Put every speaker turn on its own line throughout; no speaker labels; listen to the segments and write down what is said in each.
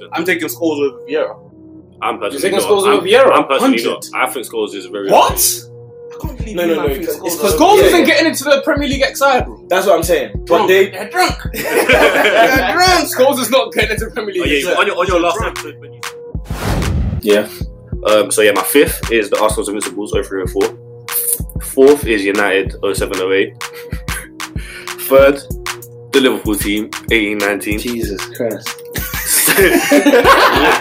then.
I'm taking Scholes over Vieira.
I'm
You're
personally
taking
not.
Scholes
I'm,
over Vieira?
I'm
100.
personally not. I think Scholes is very.
What? I can't believe
No,
you man
no, no.
thinks
It's
Scholes
because
over
Goals
Vieira.
isn't getting into the Premier League X side, bro.
That's what I'm saying. But they
They're drunk.
oh
They're drunk.
Goals is not getting into the Premier League.
yeah, you-
X side.
on your on your last episode. When you...
yeah.
Um, so yeah, my fifth is the Arsenal's oh Invincibles 0304. Fourth is United 0708. Third, the Liverpool team 1819.
Jesus Christ.
we'll,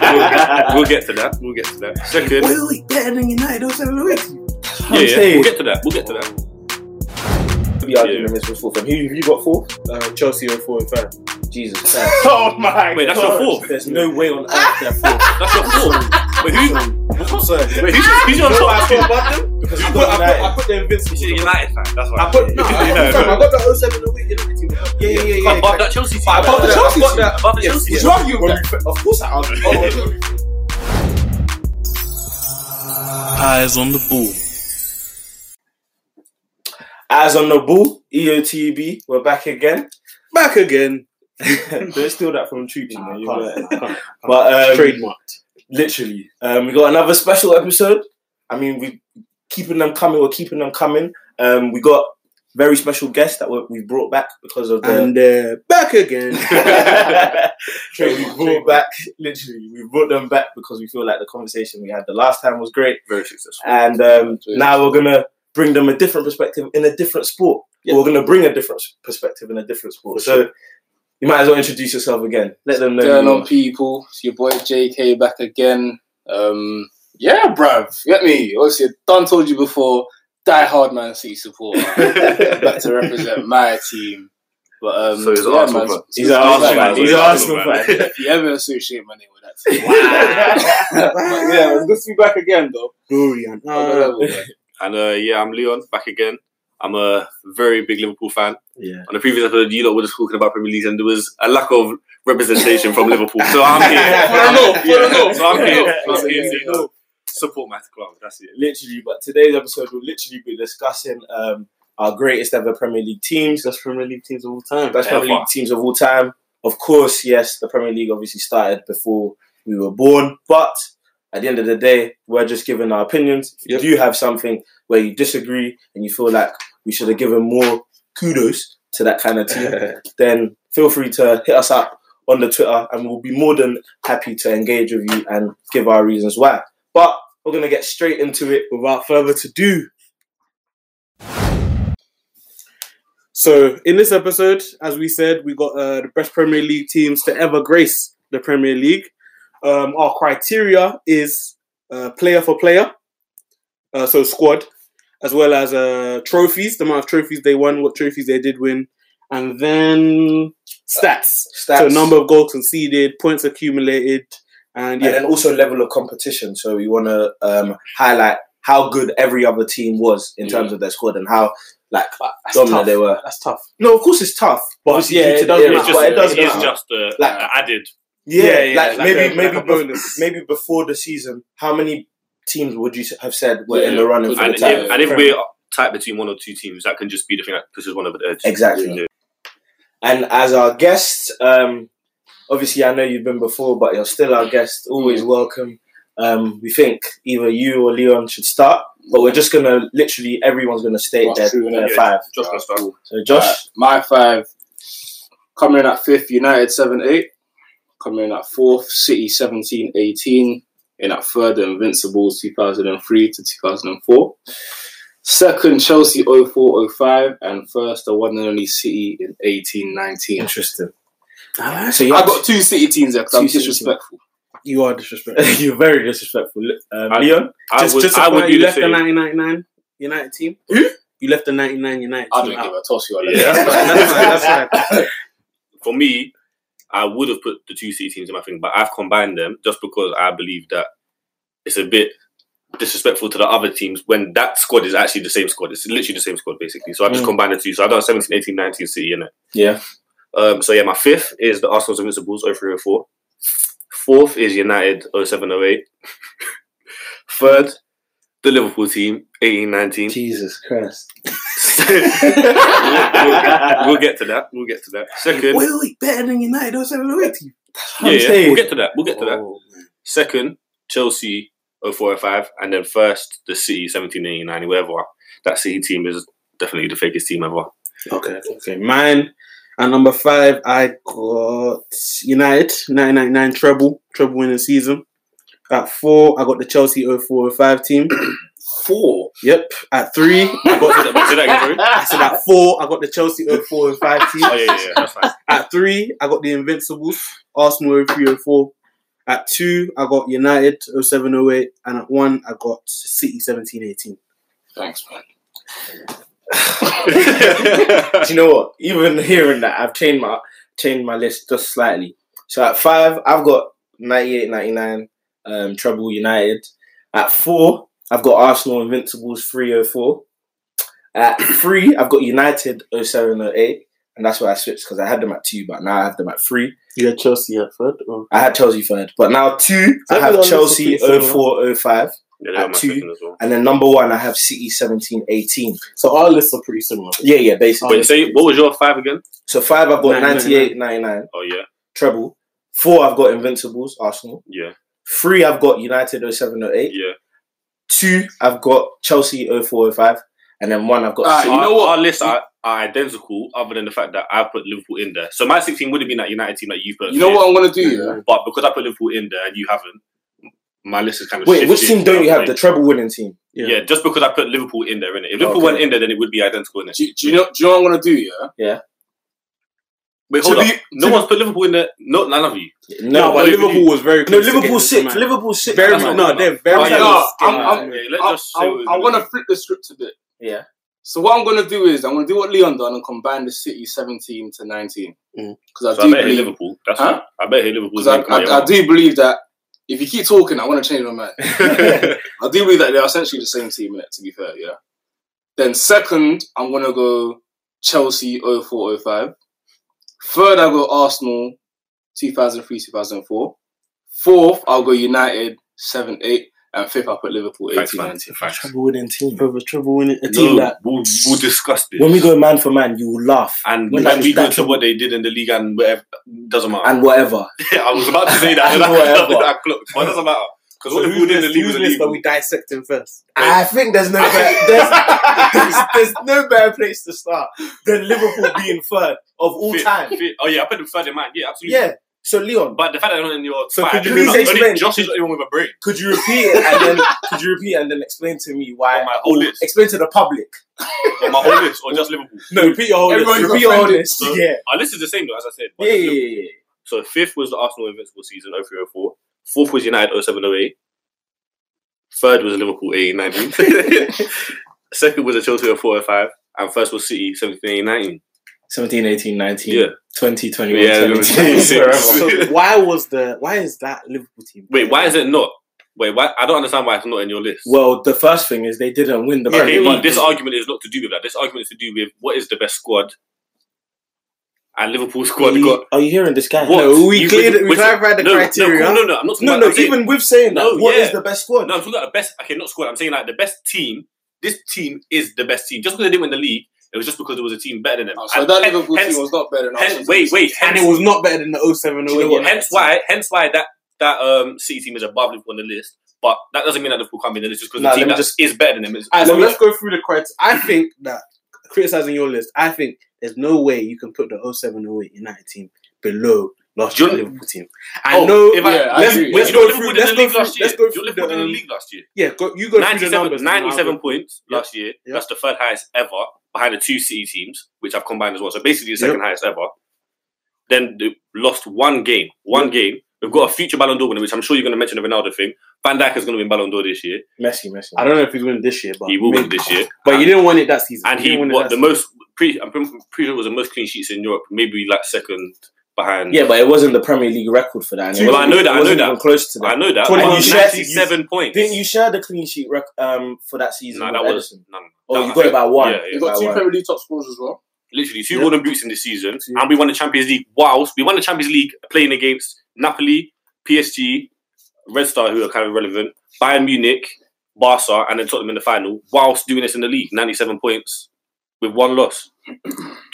we'll get, we'll get to that. We'll get to that. Second,
are we better than United 0708?
yeah,
I'm
yeah,
saying.
we'll get to that. We'll get to that.
We are doing this for them. Who have you got four?
Uh, Chelsea 04 and 5.
Jesus Christ.
Oh my.
Wait, that's your fourth.
There's no way on earth they're four.
That's your fourth. Wait, who?
I'm sorry.
Wait, who's, who's your top two?
Because
I
I've
put, I, put,
got
I
United.
put the Invincibles.
He's a United fan. That's
I
why.
put, no, I,
Yeah,
I got the 07 away United team. Yeah, yeah, yeah. yeah,
Above that Chelsea team.
Above the Chelsea
Above
team.
that- Above the
Yes,
Chelsea
yes.
team.
you argue with
When
that?
we put- Of course I argue.
Eyes on the ball.
Eyes on the ball, E EOTB, we're back again.
Back again.
Don't steal that from Troops, man. You know that.
can't.
But um,
Trademarked.
literally, um, we got another special episode. I mean, we keeping them coming. We're keeping them coming. Um, we got very special guests that we- we brought back because of the
And uh, back again.
So we brought back literally we brought them back because we feel like the conversation we had the last time was great
Very successful.
and um, now we're gonna bring them a different perspective in a different sport
Yeah.
we're gonna bring a different s- perspective in a different sport
For
so you might as well introduce yourself again let them know
Going
who you
on,
are.
people. It's your boy JK back again. Um, yeah, bruv. You Get me? Obviously, Don told you before. Die hard Man City supporter. back to represent my team. But um,
So he's an
yeah,
Arsenal
man,
fan.
it's-
he's an
it's good,
Arsenal
man.
fan he's an
Arsenal
Arsenal
fan.
fan
If you ever associate my name with that, team. but yeah, it's good to be back again, though.
Glory and
Another
honor.
level, man.
And uh, yeah, I'm Leon back again. I'm a very big Liverpool fan.
yeah
On the previous episode, you lot were just talking about Premier League, and there was a lack of representation from Liverpool. So I'm here.
For a no, for a no,
So I'm here.
for a
I'm here.
no.
So, you know, support my club. That's it.
literally but today's episode will literally be discussing um, our greatest ever Premier League teams
That's Premier League teams of all time.
best Premier
Ever.
League teams of all time. Of course, yes, the Premier League obviously started before we were born, but at the end of the day, we're just giving our opinions. If you do have something where you disagree and you feel like we should have given more kudos to that kind of team, then feel free to hit us up on the Twitter and we'll be more than happy to engage with you and give our reasons why. But we're going to get straight into it.
Without further to do. So, in this episode, as we said, we got uh, the best Premier League teams to ever grace the Premier League. Um, our criteria is uh, player for player, uh, so squad, as well as uh, trophies, the amount of trophies they won, what trophies they did win, and then stats.
Stats.
So, number of goals conceded, points accumulated, and yeah,
and then also level of competition. So we want to um, highlight how good every other team was in terms of their squad and how like
that's
dominant
tough.
they were.
That's tough.
No, of course it's tough, but obviously
yeah,
due to
it-
that-
yeah,
but
It's
It's
just,
it does
it's
matter.
just uh,
Like-
added.
yeah,
yeah, yeah,
like,
like
maybe
a-
maybe
like a
bef-
bonus.
maybe before the season, how many teams would you have said were in the
Yeah.
running for
And
the
if,
Yeah.
title?
and if we're tied between one or two teams, that can just be the thing that pushes one over the edge.
Exactly.
Yeah.
And as our guest, um, obviously I know you've been before, but you're still our guest. Always welcome. Um, we think either you or Leon should start, but we're just gonna literally everyone's gonna state
That's
their,
true,
their
yeah.
five.
Just gonna start.
So Josh,
Alright, Uh, my five coming in at fifth, United 7 8. Coming in at fourth, City 17 18. In at third, the Invincibles 2003 to 2004. Second, Chelsea 04 05. And first, the one and only City in 18 19.
Interesting.
So
you
I
have
got two City teams there because I'm
Two City
disrespectful.
You are disrespectful.
You're very disrespectful, um,
I-
Leon.
I
just,
would,
just
I
about
would
you
do the
left the
same.
1999 United team. You left the 99 United
I
team
don't give
out.
a toss who I
Yeah.
left.
That's fine. That's fine. That's fine.
for me, I would have put the two C teams in my thing, but I've combined them just because I believe that it's a bit disrespectful to the other teams when that squad is actually the same squad. It's literally the same squad, basically. So I just
Mm.
combined the two. So I've done 17, 18, 19 City in it.
Yeah.
Um, so yeah, my fifth is the Arsenal's Invincibles 0304. Fourth is United 0708. Third, the Liverpool team 1819.
Jesus Christ.
we'll, we'll- we'll get to that. We'll get to that. Second,
are we better than United? What's happening with you?
Yeah,
I'm
yeah.
saying.
We'll get to that. We'll get to that.
Oh,
Second, Chelsea 0405, and then first the City 1789, whoever. That City team is definitely the fakest team ever.
Okay, okay. Mine at number five, I got United 999 treble, treble winning season. At four, I got the Chelsea 0405 team.
Four.
Yep. At three, I got.
Wait, say that again, sorry?
I said at four, I got the Chelsea 0405 team.
Oh, yeah, yeah, yeah. That's fine.
At three, I got the Invincibles, Arsenal 0304. At two, I got United 0708. And at one, I got City 1718.
Thanks, man.
Do you know what? Even hearing that, I've changed my changed my list just slightly. So at five, I've got 98, 99, um, Treble United. At four, I've got Arsenal Invincibles 304. At three, I've got United 0708. And that's why I switched because I had them at two, but now I have them at three.
You had Chelsea at third? Or?
I had Chelsea third, but now two, I
Everyone
have
looks
Chelsea
pretty similar.
04, 05.
Yeah, they are my
At two.
second as well.
And then number one, I have City 17, 18.
So our lists are pretty similar.
Yeah, yeah, basically.
Wait, say, what was your five again?
So five, I've got
Oh. Nine, nine,
98, 99.
Oh, yeah,
treble. Four, I've got Invincibles, Arsenal.
yeah,
Three, I've got United 07 08.
yeah.
Two, I've got Chelsea 04 05. And then one, I've got.
Ah,
So
you
our,
know what?
Our lists are, are identical, other than the fact that I put Liverpool in there. So my 16 would have been that United team that you put.
You know
fifth,
what I'm gonna do? Yeah.
But because I put Liverpool in there and you haven't, my list is kind of
Wait, which
shifted
team don't you have?
away.
The treble winning team.
yeah. just because I put Liverpool in there, innit? If Liverpool
Okay.
went in there, then it would be identical, innit?
Do, do you know? Do you know what I'm gonna do? Yeah.
Wait,
To
hold on.
be-
No one's put Liverpool in there. No, none of you.
No,
but
but
Liverpool
Liverpool was very
No,
close. to
Liverpool
getting
six.
them out.
Liverpool six.
Very
That's
much.
what
No,
I'm
they're
Oh,
very
yeah,
no,
close.
I'm,
yeah,
I'm,
yeah,
I'm,
let's just say
I'm,
what
I
we're
want to
doing.
flip the script a bit.
Yeah.
So what I'm gonna do is I'm gonna do what Leon done and combine the City 17 to 19
Mm.
because
So
I
I
do
bet it
believe
Liverpool. That's
Huh?
what- I bet it Liverpool.
because I, I, I do believe that if you keep talking, I want to change my mind. I do believe that they're essentially the same team, innit, to be fair, yeah. Then second, I'm going to go Chelsea 0405. Third, I'll go Arsenal 2003 2004. Fourth, I'll go United 7 8. And fifth, I'll put Liverpool 18 19.
Treble winning team.
Over trouble winning a
no,
team that
we'll, we'll discuss this.
When we go man for man, you will laugh.
and when
when that-
we go
that-
to what they did in the league and whatever, doesn't matter.
And whatever.
I was about to say that.
And
and I,
whatever.
I clocked, but it doesn't matter. Because what
So
if we
who's
did in the
this,
league was
who's this
illegal?
but we dissecting first?
I think there's no better, there's, there's, there's no better place to start than Liverpool being third of all
Fit-
time.
fit- Oh, yeah, I put the third in mind. Yeah, absolutely.
Yeah. So Leon,
But the fact that they're not in your
So
five,
could you
only-
please explain?
Only Josh is the only one with a brain.
could you repeat it and then could you repeat it and then explain to me why?
On Oh my whole list.
Explain to the public.
On my whole list, or just Liverpool.
No, repeat your whole
list.
Repeat
Repeat
your
your
whole
whole
list.
So-
Yeah.
Our list is the same, though, as I said. but
Yeah,
it's
yeah,
Liverpool.
yeah, yeah.
So fifth was the Arsenal Invincible season, 0304. Fourth was United 0708. Third was Liverpool 1819. Second was the Chelsea 0405. And first was City 1789.
17, 18, 19,
Yeah.
20,
Yeah, 26.
forever.
So why was the why is that Liverpool team?
Wait, why is it not? Wait, why? I don't understand why it's not in your list.
Well, the first thing is they didn't win the
Yeah,
okay,
Premier
but
League.
this argument is not to do with that. This argument is to do with what is the best squad. And Liverpool squad
are, you,
got
are you hearing this guy?
what?
No, we
You-
cleared it- we
wait,
clarified the
no,
criteria.
No, no, no, I'm not talking
No,
about
no,
I'm saying-
even with saying that, what
No,
is
yeah.
the best squad?
No, I'm talking about the best. Okay, not squad. I'm saying like the best team. This team is the best team. Just because they didn't win the league, it was just because there was a team better than them.
Oh, so
And
that
hence-
Liverpool
hence-
team was not better than
hence-
Arsenal's
wait, wait,
And
hence,
it was not better than the 07
Do you know what?
hence why, hence why that that um City team is above Liverpool on the list. But that doesn't mean that Liverpool can't be in the list just because
Nah,
the
let
team
me
that
just-
is better than them. Is,
Alright, so
Let me-
let's go through the criteria. I think that criticizing your list, I think there's no way you can put the 0708 United team below last
Do you
year's
know-
Liverpool team. I
Oh,
know.
if I-
Yeah, I
let's
agree.
let's
you know
go
Liverpool
through.
did in
Let's
the
go
league
through.
last year.
Let's go
You know
through
Liverpool did in
the.
the
um,
league last year.
Yeah, go, you go through the
97,
numbers.
97 points
Yeah.
last year.
Yeah.
That's the third highest ever behind the two City teams, which I've combined as well. So basically, the second highest ever. Then they lost one game. One game. We've got a future Ballon d'Or winner, which I'm sure you're going to mention the Ronaldo thing. Van Dijk is going to win Ballon d'Or this year.
Messi, Messi.
I don't know if he's winning this year, but
He will
maybe-
win this year.
But you
and,
didn't win it that season.
and
You
he
didn't win it
what
that
the
season.
most. Pre, I'm pretty, pretty sure it was the most clean sheets in Europe. Maybe like second behind.
yeah, but it wasn't the Premier League record for that. and it
Well, I know
wasn't-
that, I
It wasn't
know
even
that.
close to
I
that.
know that.
Twenty-
but
you shared-
97 points.
Didn't you share the clean sheet rec- um, for that season?
Nah,
with
that was.
Ederson?
No, no,
Oh,
no,
you
I
got it
think-
by one.
Yeah, yeah.
You got
by
two
one.
Premier League top scorers as well.
literally two
Yeah.
golden boots in the season, and we won the Champions League. Whilst we won the Champions League playing against Napoli, PSG, Red Star, who are kind of relevant, Bayern Munich, Barca, and then Tottenham in the final. Whilst doing this in the league, ninety-seven points with one loss.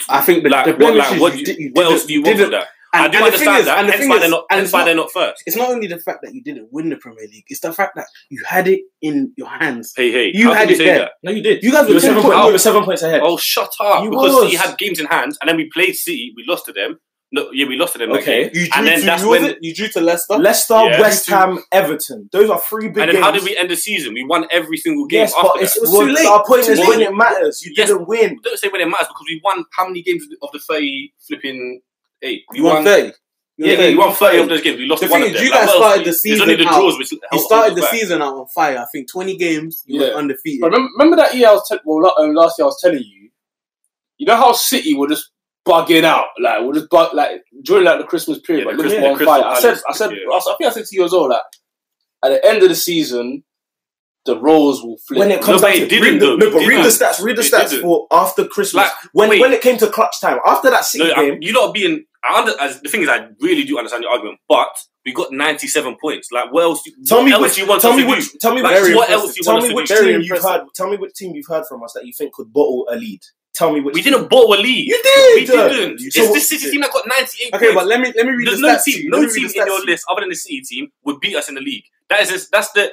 I think the,
Like
the
what?
blemish
Like
is you
what? do
did-
you-
you
what
didn't-
else do you want
didn't-
for that? I
And-
do
and the thing
understand
is-
that.
and the
hence
thing
why
is-
they're not.
and
Hence
it's
why
not-
they're not first.
It's not only the fact that you didn't win the Premier League; it's the fact that you had it in your hands.
Hey, hey,
You
how
had
can you
it
say
there.
that?
No, you did.
You guys
You
were ten
were seven,
point-
point, you were seven points ahead.
Oh, shut up!
You
because
was.
City had games in hand, and then we played City. We lost to them. No, yeah, we lost to them. that game.
Okay.
You drew
And then
to
that's
who was
when-
it? you drew to Leicester.
Leicester,
Yeah.
West Ham, Everton. Those are three big
And then
games.
how did we end the season? We won every single game.
yes,
after
but
that.
it's,
It was
well,
too late.
Our point
Too
is
late.
when it matters. You
Yes.
didn't win.
don't say when it matters because we won how many games of the thirty flipping eight? We
you won thirty. You
Yeah,
won 30.
we won thirty of those games. We lost
The
one
thing
of
is,
them.
you
Like,
guys
what else
started the
do you- It's only
season
the
out.
draws which
You
held- held
started
us
the
back.
season out on fire. I think twenty games you
Yeah.
were undefeated.
But remember, remember that year I was te- well, la- um, last year I was telling you, you know how City were just bugging out, like we're just bug like during like the Christmas period,
Yeah,
like
the
Liverpool
Christ- the
on fire. I
Crystal
said, I
Palace,
said,
yeah.
I think I said to you as well that at the end of the season, the roles will flip.
When it comes
No,
down
but
to
it didn't
read
though.
the, no,
It
but read
didn't.
the stats. Read the
It
stats
didn't.
for after Christmas.
Like,
when
wait.
when it came to clutch time after that City
No, I,
game,
you lot being. I under, as, the thing is, I really do understand your argument, but we got ninety-seven points. Like, what else? Do,
Tell
what
me
else
which-
you want
tell
us
me
to
which
do?
tell me
Like,
which,
what else you
tell
want us
me
to
which
do?
Very
team you've
impressive.
heard. Tell me which team you've heard from us that you think could bottle a lead. Tell me which.
We didn't bowl a lead.
You did.
We didn't.
You
It's
did.
this City team that got ninety-eight
Okay, but
points.
let me let me read
There's
the
no
stats. to
team,
you.
no
Let me read
team
the
in
stats
your
to you.
list other than the City team would beat us in the league. That is that's the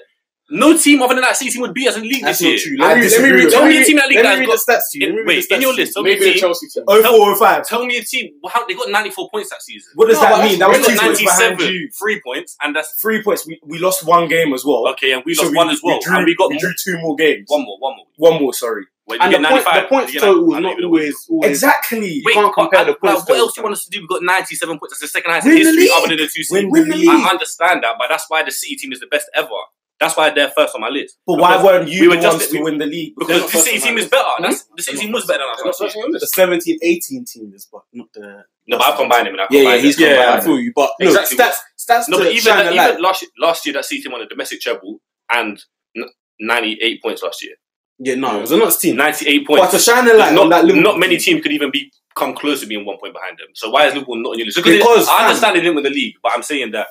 no team other than that City team would beat us in the league
That's
this
not true.
year.
Let me,
I
let me
disagree
read,
with
let
you.
me read,
Team that league
let
has
me read
got-
the stats to you. Let
In-
me read
wait,
the stats
in your
to you.
list, tell me a
maybe the
team.
Chelsea team.
Oh four and five.
Tell me a team. How they got ninety-four points that season?
What does
No,
that
but
mean? That
that's-
was
we
two
got
points behind you.
ninety-seven, three points, and that's
Three points. We, we lost one game as well.
okay. And we
So
lost one as well,
drew,
and we got
drew two more games.
one more, one more.
One more. Sorry.
Wait,
And
you get
the point, the
95,
points
you get
total was
95,
not
leave it
always, always
Exactly.
Wait,
can't compare the
but,
points
Like,
total.
what else do you want us to do? We've got 97 points. That's the second highest in
Win the
history
league.
other than the two
Win
seasons.
the
Win the
league.
I understand that, but that's why the City team is the best ever. That's why they're first on my list.
But why
Because
weren't you
we were
the
just-
ones
we-
to win the league?
They're
Because
not
the
first
City
on
team
my
is better. That's, the City team was better than us.
They're not
last year.
first on your
the
list.
17 18 team is, but not the.
No, but I combined him and I
Yeah,
combined
yeah, he's
them.
combined.
Yeah, I feel you. But look,
Exactly.
stats, stats
No,
to
but even,
shine the light.
even last, year- last year, that City team won a domestic treble and n- 98 points last year.
yeah, no, it was a nuts team.
98
But
points.
to shine the light,
not,
on that Liverpool
not many
team.
teams could even be come close to being one point behind them. So why is Liverpool not in your list? Because,
Because,
I
fam-
understand they didn't win the league, but I'm saying that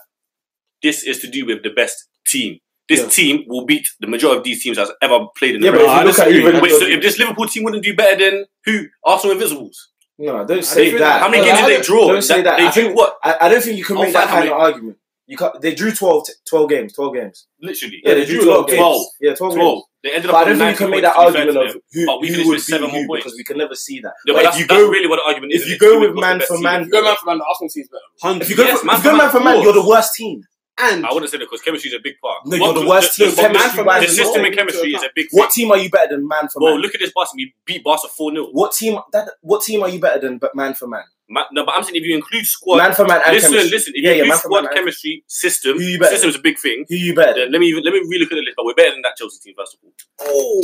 this is to do with the best team. This
Yeah.
team will beat the majority of these teams that's ever played in the
Yeah, but
Premier
if you
League.
look at
disagree.
even-
Wait, so if this Liverpool team wouldn't do better than who? Arsenal Invincibles.
No, don't
I
say
don't
that.
How many
No,
games
I
did they
don't-
draw?
don't say that.
They
I
drew
think-
what?
I, I don't think you can
I'll
make that
find how
kind of argument. You can't, they drew 12, t- 12 games. 12 games.
Literally.
Yeah, they, drew 12 games.
12.
Yeah, 12, games.
12. They ended up
But I
on
don't think you
90
can
points,
make that
to be fair to them.
argument of who,
But we
who
finished
would
with seven
be
more
you
points.
because we can never see
Yeah,
that. But
but that's,
if you
that's
go,
really what the argument
if
is.
you
isn't
go
it?
with
Who's the
man
best
for
team?
man-
If you go man for man, the Arsenal team's better.
100.
if you go,
Yes,
for,
man
if you go
for
man for man,
man,
you're the worst team.
and
I wouldn't say that because chemistry is a big part.
No,
What
you're
could-
the worst team.
what could-
Chemistry-wise,
The
you're
system
not.
in chemistry is a big thing.
What team are you better than man for
Well,
man?
look at this Barca. We beat Barca 4 0.
What team? That, what team are you better than but man for man?
No, but I'm saying if you include squad.
man for man and
listen,
chemistry.
listen. If
Yeah,
you
yeah,
include
man for
squad,
man and-
chemistry, system,
Who you better
system's a big thing.
Who you better?
Then
than?
let me let me relook at the list. But we're better than that Chelsea team, first of all.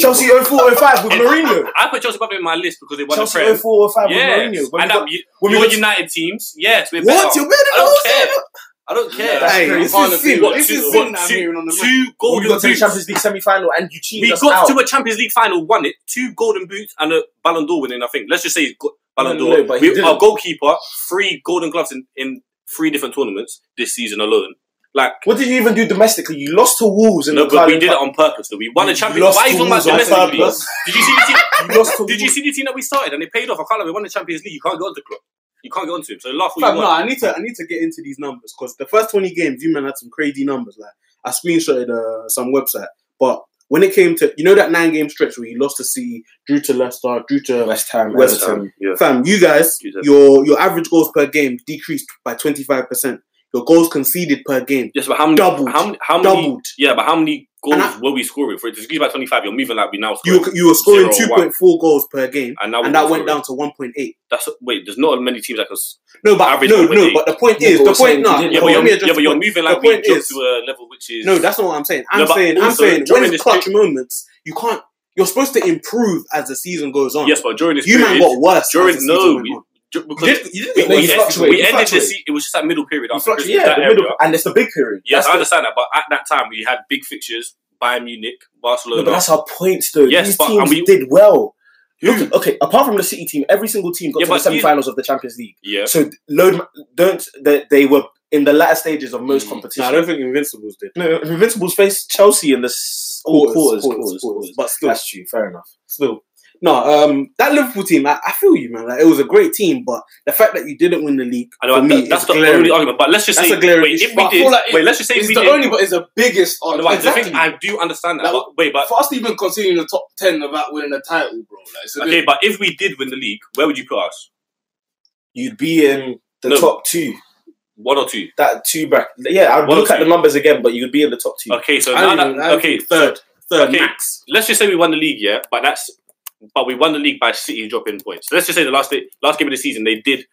Chelsea 0405 with Mourinho.
I put Chelsea above in my list because they won
Chelsea
the Prem.
0405
Yes.
with Mourinho. When we
And that,
got-
you,
when we
your
got-
United teams, yes, we're better.
What? You're better
I
than
don't
Jose?
care. I don't care.
that's
Hey,
crazy.
on the
Honestly,
field,
what,
this
two,
is
what,
sin I'm
two-
hearing on the mic.
two
When
golden
we got to the
boots.
Champions League semi-final and you cheated
we
us
got
out.
to a Champions League final, won it, two Golden Boots and a Ballon d'Or winning. I think. Let's just say he's got Ballon
No,
d'Or.
no, no, but he
we,
didn't.
our goalkeeper, three Golden Gloves in, in three different tournaments this season alone. Like.
What did you even do domestically? You lost to Wolves in
No,
the
but we
Carling
did it
Cup.
on purpose. Though we won a
You
Champions.
lost
Why are you
to
talking about
Wolves on
domestically?
purpose.
Did you see the team?
You lost to
Did you
Wolves.
see the team that we started and they paid off? I can't lie, we won the Champions League. You can't get onto the club. You can't get onto him. So laugh all
Fam,
you
no,
want.
I need to I need to get into these numbers because the first twenty games, you man had some crazy numbers. Like I screenshotted uh, some website, but when it came to you know that nine game stretch where you lost to City, drew to Leicester, drew to
West Ham,
West
Everton.
Yeah.
fam, you guys, your your average goals per game decreased by twenty five percent. Your goals conceded per game
Yes, but how many?
doubled,
How many? How many?
doubled.
Yeah, but how many goals
And I-
were we scoring for it? To decrease by twenty five, you're moving like we now
You
scoring.
were, you were scoring
Zero
two
or one.
point four goals per game,
and now
and that went down to one point eight.
That's wait. There's not many teams that can. s-
No, but
Average
no, no.
1.8.
But the point
Yeah,
is,
but
the
we're saying
point
you
no.
didn't
Yeah,
Well,
but you're,
let me address
yeah,
the
but you're
point.
moving
The
like we
point
jumped
is-
to a level which is
No, that's not what I'm saying. I'm
No, but
saying, I'm
also,
saying,
during
when it's
this
clutch
pe-
moments, you can't. You're supposed to improve as the season goes on.
yes, but during this
you man
period,
got worse. as
during
the season
no,
went
we,
on.
ju- because
you didn't. You
we,
didn't
No,
we,
you
get worse.
ended,
fluctuate,
we
you
ended the
fluctuate.
se- It was just that middle period
You
after
fluctuate-
Christmas.
yeah,
that
the
area.
middle, and it's the big period.
Yes,
That's
I
the-
understand that, but at that time we had big fixtures: Bayern Munich,
No,
Barcelona.
but that's our point, though.
Yes,
These
but-
teams
and we-
did well. Look,
Who?
at- okay, apart from the City team, every single team got
Yeah,
to the
but you-
semi-finals of the Champions League.
yeah,
So load, don't they, they were in the latter stages of most
No, I
competitions.
don't think Invincibles did.
No, Invincibles faced Chelsea in the s- oh, quarters, quarters, quarters,
But still,
That's true. Fair enough.
still. No, um, that Liverpool team, I, I feel you, man. Like, it was a great team, but the fact that you didn't win the league
I know
for me
that, that's
is
the
glaring.
only argument. But let's just
That's
say,
a glaring
wait,
issue.
if
But
we
I
did,
feel like
wait, let's just say
It's
if we
the
did.
only, but it's the biggest
no,
argument.
but
Exactly.
the thing, I do understand that.
Like,
but, wait, but
For us to even continue in the top 10 about winning the title, bro, like, it's a
okay,
bit,
but if we did win the league, where would you put us?
You'd be in the
Mm. No.
top two.
One or two?
That two bracket. Yeah, I'd
One
look
or
at the
two.
numbers again, but you'd be in the top two.
Okay, so
I
now
don't even- I
that
don't
okay,
think third, third
okay.
max.
let's just say we won the league, yeah, but that's but we won the league by City dropping points. So let's just say the last day, last game of the season they did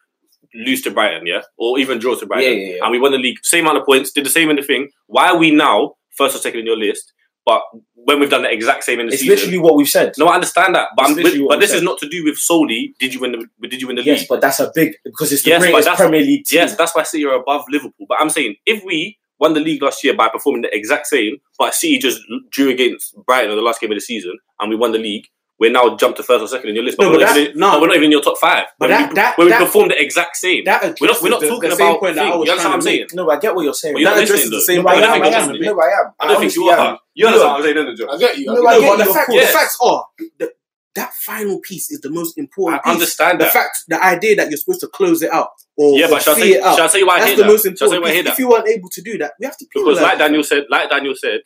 lose to Brighton, yeah, or even draw to Brighton,
Yeah, yeah, yeah.
and we won the league, same amount of points, did the same in the thing. Why are we now first or second in your list? But when we've done the exact same in the
It's
season,
literally what we've said.
no, I understand that, but
It's
I'm,
literally what
but
we
this
said.
is not to do with solely did you win the did you win the
Yes,
league?
but that's a big because it's the
Yes, but
greatest
that's-
Premier League team.
Yes, that's why City are above Liverpool. But I'm saying if we won the league last year by performing the exact same, but City just drew against Brighton in the last game of the season and we won the league, we're now jumped to first or second in your list. But,
No,
we're,
but
not
that-
even,
no.
but we're not even in your top five.
But
when
that-
we,
that-
when
that-
we perform the exact same.
That
We're not, we're not
addresses the-
talking
the same
about
point that I
things.
was
You understand
trying
what I'm
to make.
saying?
No, I get what you're saying.
Well, you're
That
not
addresses
listening,
the
though.
same.
No, I
I am.
think
I
you're
am.
listening.
No, I am.
I don't think
honestly
you
am.
are. You understand
No.
what I'm saying, don't you?
I get
No,
No, I
you. I get you.
get
but
you,
the,
of
fact, the
course.
facts are the, that final piece is the most important.
I
piece.
understand
the
that.
fact, the idea that you're supposed to close it out or,
Yeah,
or
but shall I
see
say,
it out.
shall I say why I
that's
hate
the
that?
most
Shall I say
important.
why I hate
piece.
that?
If you weren't able to do that, we have to
Because
penalise
like
you.
Daniel said, like Daniel said,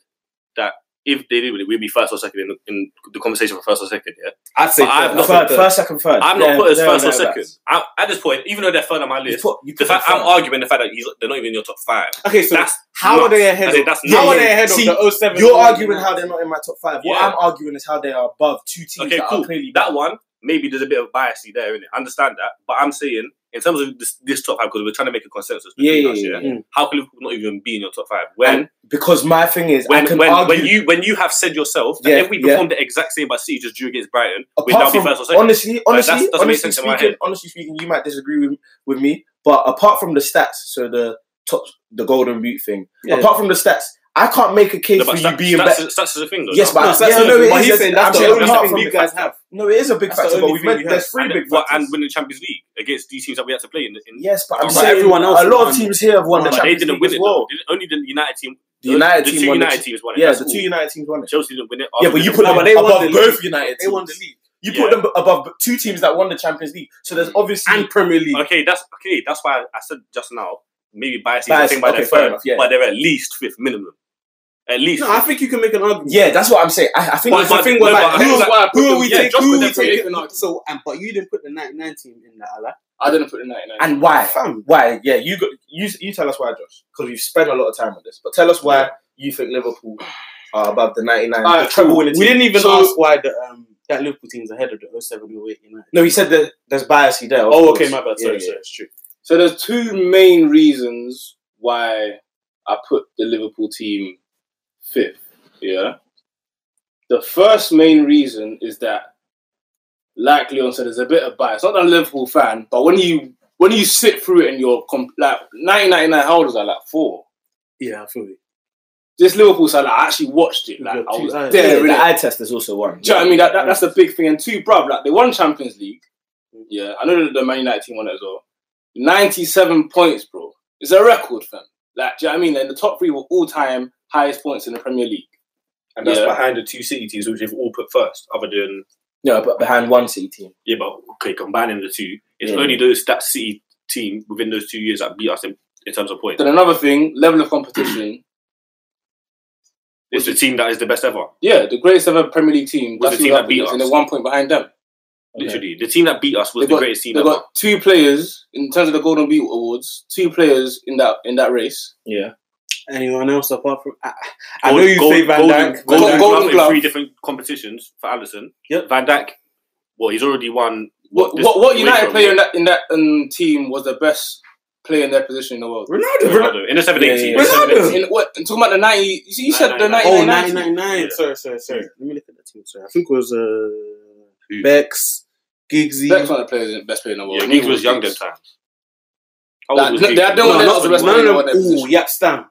that if they did win it, we'd be first or second in, the- in the conversation for first or second, yeah?
I'd say
But I've
third.
not-
Third, first, second, third.
I'm not
Yeah,
put as
there,
first or second.
thereabouts.
I, at this point, even though they're third on my
You
list,
put- you
the
put them
fact I'm
third.
arguing the fact that he's, they're not even in your top five.
Okay, so
That's
how are
nuts.
they ahead
I say
of?
that's
how
nuts.
are they ahead
See,
of the 07?
You're arguing how they're not in my top five. What
Yeah.
I'm arguing is how they are above two teams
okay,
that
cool.
are clearly
That one maybe there's a bit of bias there in it. I understand that, but I'm saying in terms of this, this top five because we're trying to make a consensus.
Yeah,
between
yeah,
us,
yeah,
yeah.
How can Liverpool not even be in your top five when
because my thing is I
when
can
when,
argue.
when you when you have said yourself that
Yeah,
if we
yeah.
perform the exact same by City just drew against Brighton, we'd now
apart
be
from
first or second.
honestly,
Like, that's-
honestly,
doesn't make
honestly
sense in my
speaking,
head.
honestly speaking, you might disagree with, with me, but apart from the stats, so the top, the golden boot thing.
Yeah.
Apart from the stats, I can't make a case
No,
for
but
you
stats-
being
stats
better.
is- stats is a thing though.
Yes,
no?
No,
but yeah,
that's
no,
the-
it
but
is.
he's saying
I'm
that's
saying
the only
apart
thing
from
you
the
guys
stats.
have.
No, it is a big
That's the
factor, but
only
we've
thing
made
you
there's three
and,
big
well,
factors.
and winning Champions League against these teams that we had to play in. in
Yes, but I'm
But
saying
everyone else
a lot of
won.
teams here have won the
but they
Champions
didn't
League
win
as
it.
well.
though. Didn't- Only the United team.
The United
the
team
two
won the
United
ch-
teams won it.
Yeah,
That's
the
cool.
two United teams won it.
Chelsea didn't win it.
Yeah, but you put
No,
them
but they won
above
the league.
both United.
They won
teams.
the league
You
Yeah.
put them above two teams that won the Champions League. So there's obviously
Mm. and Premier League.
Okay, that's okay. That's why I said just now. Maybe bias is
Bias,
thing by
okay,
their
fair
third,
enough, yeah.
but they're at least fifth minimum. At least.
No, I think you can make an argument.
yeah, that's what I'm saying. I, I think
But-
it's
the
a
thing
no,
was like,
but I
who,
think
that's
who,
why I put
are
them-
we
yeah,
taking?
just
Who
put
are we
them for
taking?
making arguments.
So, and, but you didn't put the 99 team in that, Allah.
I didn't put the 99.
And why?
Fam.
Why? Yeah, you go, you you tell us why, Josh, because we've spent a lot of time on this. But tell us why you think Liverpool are above the 99,
Alright,
the treble winning
Uh, We
team.
didn't even
So-
ask why the um, that Liverpool team's ahead of the 07 08 United.
No, he said that there's bias here. There. of
Oh,
course.
okay, my bad.
Yeah,
Sorry,
yeah.
sorry, it's true.
So there's two main reasons why I put the Liverpool team fifth. Yeah. The first main reason is that, like Leon said, there's a bit of bias. Not that I'm a Liverpool fan, but when you when you sit through it and you're com like 1999, how old was I? Like four.
Yeah, I feel you.
This Liverpool side, like, I actually watched it. Like
You've got
I
two
was
eyes.
Yeah,
there.
the
innit?
eye test is also one.
Do you know what I mean? That, that, that's the big thing. And two, bruv, like they won Champions League. Yeah, I know that the Man United team won it as well. 97 points, bro. It's a record, fam. Like, do you know what I mean? And the top three were all time highest points in the Premier League.
and that's
Yeah.
behind the two City teams, which they've all put first, other than
No, but behind one City team.
yeah, but okay, combining the two, it's
Yeah.
only those that City team within those two years that beat us in, in terms of points.
Then another thing, level of competition.
It's the team that is the best ever.
yeah, the greatest ever Premier League team.
Was the
that's who
team that
Liverpool
beat
is, And
us.
they're one point behind them.
Literally, the team that beat us was
They
the
got-
greatest team
They
ever.
got two players in terms of the Golden Boot awards. Two players in that in that race.
Yeah.
Anyone else apart from. I, I know you say Van
golden,
Dijk.
Golden,
Van Dijk.
Golden
Glove in
Glove.
three different competitions for Allison.
Yep.
Van Dijk, well, he's already won.
What
this
what, what
Wakefield
United player in that in that um, team was the best player in their position in the world?
Ronaldo.
Ronaldo in the seven
Yeah,
eighty.
yeah, yeah.
Ronaldo.
In what? I'm talking about the ninety. You see, you said the
99.
ninety
Oh,
nine.
999.
Yeah.
Sorry, sorry, sorry. Let me look at that team. Sorry. I think it was uh,
Who?
Bex, Giggsy.
Beck's one of the players, best player in the world.
Yeah, Giggs was young them
Giggs.
times.
Like, no, they had
then?
no one else was the best player in the
None
world.
of
in
them.
their
Ooh,
position.
Yap Stam.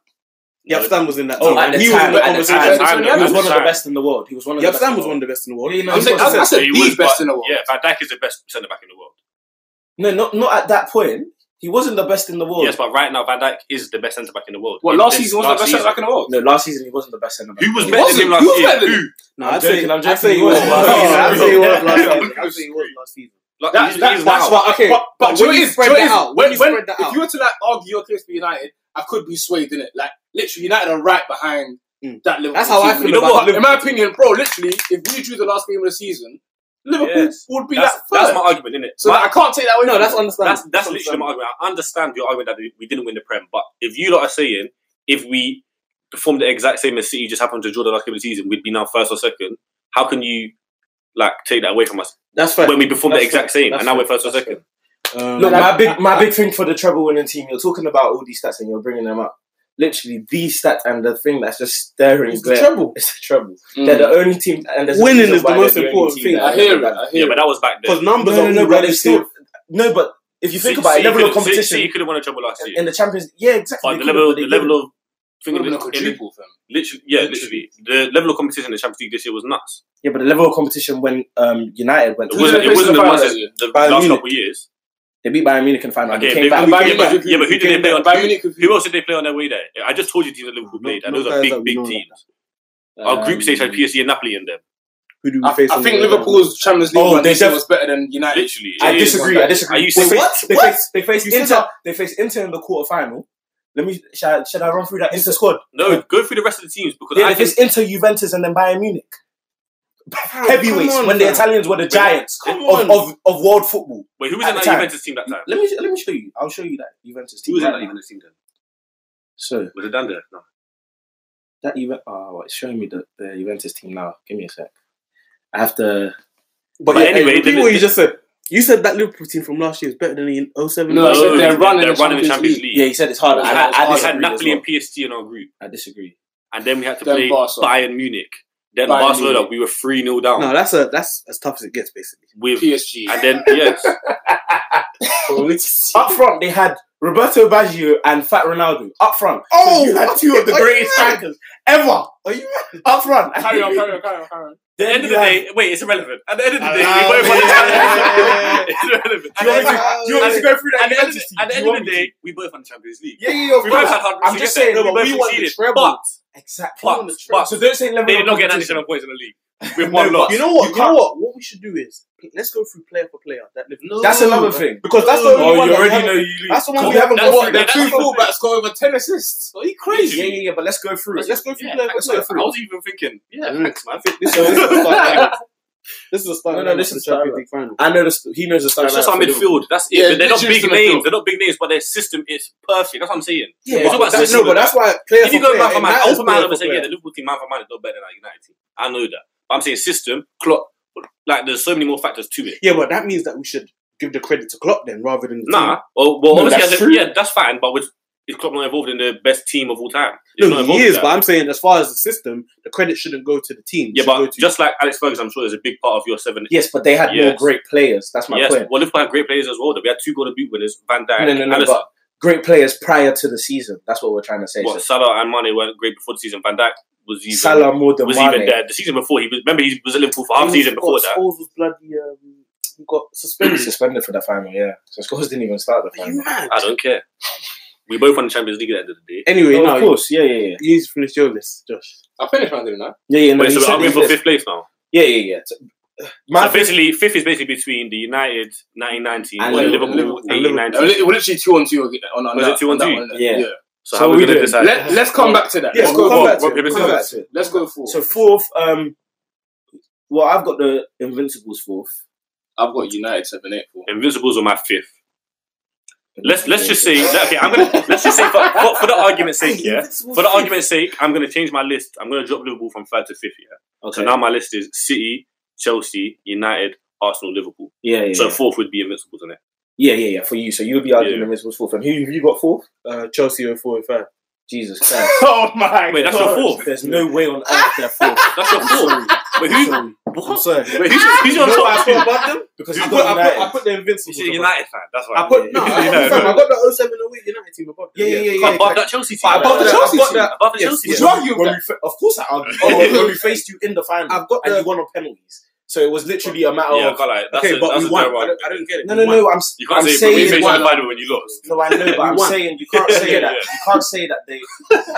Yap
No,
Stam was in that.
Oh,
team.
at the
he
time-
was in the
at the
conversation.
time- He
Yeah,
was
that's
one of the best in the world. He was one of the
Yap
best.
Stam
in the
was one
world.
of the best in the world.
Yeah, you know,
I'm saying- I I said
He
the
was,
best
but-
in the world.
Yeah, Van Dijk is the best centre back in the world.
No, not not at that point. He wasn't the best in the world.
Yes, but right now Van Dijk is the best centre back in the world.
What
In
last
this-
season was the best
season.
centre back in the world?
no, last season he wasn't the best centre back.
Who was
He
better than
wasn't.
him last
Who was
year?
better than
Who?
No,
I'd
I'm
say-
joking. I'm
I'd
joking.
say he
He
was.
was.
I'd say he was last season.
Yeah.
I'd say he was last season.
Like,
That-
he's-
that-
he's
that's
now.
why. Okay,
But, but
when
do you know
you
what it is?
spread
Do you
that
know what it is?
out, when you
when,
spread that
if
out.
you were to like argue your case for United, I could be swayed in it. Like literally, United are right behind
Mm.
that Liverpool.
That's how I
team.
feel
You know
about
what? In
Liverpool.
my opinion, bro, literally, if we drew the last game of the season, Liverpool
Yes.
would be
That's,
like third.
that's my argument, isn't it?
so like, I can't take that away.
No,
from
that's
you.
understandable.
That's that's literally my argument. I understand your argument that we didn't win the Prem, but if you lot are saying if we performed the exact same as City, just happened to draw the last game of the season, we'd be now first or second. How can you like take that away from us
That's fair.
when we performed the
That's
exact
fair.
same
That's
and now we're
fair.
first or
That's
second?
Um,
Look, my
No, that-
big my big thing for the treble winning team. You're talking about all these stats and you're bringing them up. Literally, these stats and the thing that's just staring.
It's the
great-
treble.
It's the treble.
Hmm.
Mm.
They're the only team, and there's a
Winning
reason
is the
why
most
they're only
important
team
thing.
that-
I hear it. I hear
Yeah,
it.
but that was back
Because
then.
numbers
No, no,
are
no,
all
but it's
relative.
still no. But if you think
City-
about it,
City
level of
could've- City-
competition
City could have won a treble last year.
in the Champions, yeah, exactly.
But
they
the
could've,
level,
but they
the level of
Would
thinking
have been a
in the-
quadruple for him.
literally, yeah, literally, the level of competition in the Champions League this year was nuts.
Yeah, but the level of competition when um, United went,
It
to
Who's
wasn't,
they
it
face
wasn't
in
as
the
much as
final?
the
Bayern
last
Munich.
couple of years.
they beat Bayern Munich in the final. and
Okay,
they came
they-
back.
and
Bayern
Bayern
Munich-
Munich- yeah, but who
who
did they
came
play
back?
on?
Bayern Munich-
Who, who else did they play on their way there? I just told you these are Liverpool
No-
played, and
no
those are
guys
big,
that we
big
know like
teams. Our
Um,
group stage had PSG and Napoli in them.
Who do we
I,
face?
I
on
think
the-
Liverpool's Champions League
Oh,
run
they
this year
def-
was better than United.
Literally,
I
it is.
disagree. I disagree.
Are you
they
serious?
face,
What?
They
What?
face, they face
You said
Inter.
that-
They face Inter in the quarter final. Let me. Should I, should I run through that Inter squad?
No, go through the rest of the teams because
Yeah,
I
they
can,
face Inter, Juventus, and then Bayern Munich.
Fam,
Heavyweights
come on,
when the
fam.
Italians were the giants
come on.
of, of, of world football.
wait, who was
at
in
the
that
time.
Juventus team that time?
Let me let me show you. I'll show you that Juventus team.
Who was in
right
that
now.
Juventus team then?
So
Was it Dander? No.
that Juve. Oh, it's showing me the, the Juventus team now. Give me a sec. I have to.
But,
But
yeah,
anyway,
anyway, repeat
they-
what
they-
you just said. You said that Liverpool team from last year is better than the 07.
No, I said they're
they-
running
they're
the Champions League.
Yeah, you said it's hard.
We
I,
had,
I,
we had
disagree. as
Napoli
well.
and PSG in our group,
I disagree.
and then we had to
Then
play
Barca.
Bayern Munich, then
Bayern
Barcelona.
Munich.
We were three 0 down
No, that's a that's as tough as it gets, basically.
with,
PSG.
and then yes,
Up front, they had Roberto Baggio and Fat Ronaldo. Up front.
Oh,
So you had two of the
are you
greatest
mad?
strikers ever.
Are you
Up front.
Carry on, carry on, carry on, carry on.
at the end of the day, wait, it's irrelevant. At the end of the day,
Ah,
we both won the
yeah.
Champions League. It's irrelevant.
Do you want me to, do you want me to go through that
At the end of
Juventus
the-
team?
at the
Do you
end of
want
the
me to?
day, we both won the Champions League.
Yeah, yeah, yeah. of
We both
course.
had hard
I'm
to
just
get there.
saying, no,
we
but
both
we won the
succeeded.
treble.
But
Exactly.
But- but-
so don't say level
they
of
did not get an
competition.
additional points in the league. With one loss.
No,
Oh,
You know what?
You
You, know what? What we should do is let's go through player for player. That Liverpool.
That's another thing.
because that's the only
Oh,
one that
you
we
already
haven't-
know you lose.
That's the one
Because
we
we
haven't
haven't
gone through.
Yeah,
Then what? The
that's
two
what-
fullbacks got over ten assists. Are you crazy?
Yeah, yeah, yeah, but let's go through it.
Let's go through
Yeah,
player
thanks,
for player.
man. I was even thinking, yeah, thanks, man.
This is a start. This is a start.
No,
lineup for the
no, this is
Champions
start.
League final.
I know the, st- he knows the style.
It's just our midfield. That's it.
Yeah,
But they're not big
literally it's the midfield.
names. They're not big names, but their system is perfect. That's what I'm saying.
Yeah,
It's all about
But that's, no,
system.
but that's why player
if you
for
go
player.
man for man,
that is
I'll put my
player
hand up and
for
say,
player.
yeah, the Liverpool team man for man is not better than our United team. I know that. But I'm saying system, clock, like there's so many more factors to it.
Yeah, but that means that we should give the credit to Klopp then, rather than the
Nah. Well, well
No,
obviously,
that's
as a-
true.
yeah, that's fine, but with, is Klopp not involved in the best team of all time? He's
Team.
not
No, he
involved in
is,
that.
but I'm saying as far as the system, the credit shouldn't go to the team. It
Yeah,
should go
but
to-
just like Alex Ferguson, I'm sure is a big part of your seven.
Yes, but they had more
Yes.
great players. That's my
yes,
point.
well, Liverpool had great players as well. though. We had two golden boot winners, Van Dijk,
No, no, no,
Alisson.
but great players prior to the season. That's what we're trying to say.
What,
So
Salah and Mane weren't great before the season. Van Dijk was even
Salah more than
was
Mane.
even there the season before. He was, remember he was at Liverpool for half
He
season
got
before that.
Scholes was bloody. Um, he got
He
suspended.
was suspended for the final, yeah. So Scholes didn't even start the
Are you
final.
mad?
I don't care. We both won the Champions League at the end of the day.
Anyway,
No,
no,
of course, yeah, yeah, yeah,
you need to finish your list, Josh.
I finished my dinner now.
yeah, yeah. No,
Wait,
he
so
said
I'm in
his
for
list.
fifth place now.
Yeah, yeah, yeah. So,
So
my
basically, fifth is basically between the United 1919
And
or the
Liverpool.
Liverpool,
Liverpool.
1819.
We're li- we're literally two on two on- on on
Was it
that-
two
on
on
that
two?
one, isn't it?
Yeah.
Yeah.
So,
So
how are
we
we going
do-
to decide?
Let, let's come back to that.
Yeah,
let's
we'll
go
come
forward.
back to it.
We'll
Let's
come
go
back
forward. Let's go forward.
so fourth, um, well, I've got the Invincibles fourth.
I've got United seven eight four.
Invincibles are my fifth. Let's let's just say that, okay. I'm gonna let's just say for, for, for the argument's sake, yeah. For the argument's sake, I'm gonna change my list. I'm gonna drop Liverpool from third to fifth, yeah. So
Okay.
now my list is City, Chelsea, United, Arsenal, Liverpool.
yeah, yeah,
So
yeah.
fourth would be Invincibles, isn't it?
yeah, yeah, yeah. For you, so you'll be arguing Invincibles fourth. And who have you got fourth?
Uh, Chelsea are four and five.
Jesus Christ.
oh my!
Wait, that's your
God.
fourth.
There's no way on earth they're fourth.
That's your fourth. Wait, who?
Sorry. I'm
What?
sorry.
Wait, who's, who's your
You know why I
top
put
two?
above them?
Because
I
you
put, I
got
put, I
United.
put the Invincibles.
He's a
above.
United fan. That's why.
I put no, I,
Yeah,
I,
yeah,
fam,
yeah.
I got the 07 away United team above. them.
Yeah, yeah, yeah, yeah.
Above that Chelsea team.
Above the
Yeah.
Chelsea
Above
team.
the- Above the
Yes,
Chelsea
yes.
team.
Would you argue
When
that?
we fa- of course I argue.
Oh,
when we faced you in the final,
I've got
and
the-
you won on penalties. So it was literally a matter
yeah, I
of
can't lie. That's
okay,
a,
but
that's
we
a
won.
terrible
I don't,
argument.
I don't get it.
no,
We won.
no, no. I'm
You can't
I'm
say
saying
you
it
made
won.
the final when you lost.
No, I know, but I'm
won.
saying you can't say
Yeah,
that.
yeah.
You can't say that they.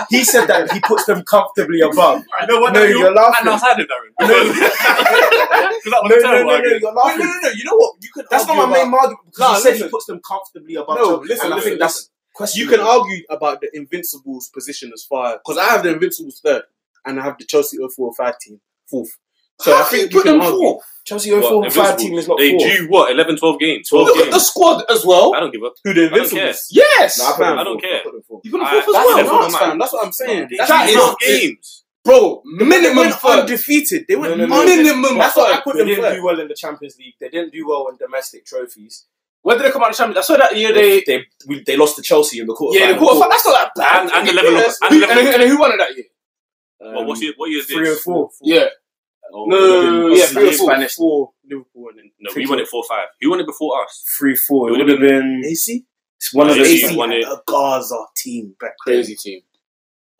He said that he puts them comfortably above.
I know what
No, you're laughing.
And outside of Darren. Because 'cause that was a
No, no, no,
terrible
no,
argument.
you're
Wait, no,
laughing.
no, no. You know what? You could
That's not
argue
my main
about-
argument.
No,
He said he
listen.
puts them comfortably above.
No,
Chelsea,
listen,
and I
listen,
think that's
You
questionable.
can argue about the Invincibles position as far because I have the Invincibles third and I have the Chelsea 0405 team fourth. So I think you can argue.
Chelsea
What,
04 five
Invincible?
team is not
They
four.
do what? 11, 12 games. 12
Look at the
games.
squad as well.
I don't give up.
Who the
don't care.
Invincibles?
Yes,
Nah, I put them
I
don't
fourth,
care.
put them fourth.
you're gonna
I-
fourth as
that's
well.
enough.
Nah,
Never
That's,
mind.
that's what I'm saying. That's
That is-
Twelve
not-
games.
bro.
They
Minimum
went
third.
undefeated. They went
No, no, no.
Minimum
That's what I
third.
put
They
them
didn't
first.
do well in the Champions League. They didn't do well in domestic trophies.
When did they come out of the Champions? I saw that year they.
they we, they lost to Chelsea in the quarter.
Yeah, the quarter. That's not that bad.
And, and the level of. And
Who-
the
and, who,
level
and who won it that year?
what, what's it, what year is this?
Three or four.
Yeah,
Oh,
No, no, no, no,
it
yeah,
would've been
three or four.
Spanish four Liverpool and then
No, we won it 4 5. Who won it before us?
Three four. It
It
would have
would've
been
AC.
it's one of
Yeah,
the.
AC. won it.
a Gaza team back then.
crazy team.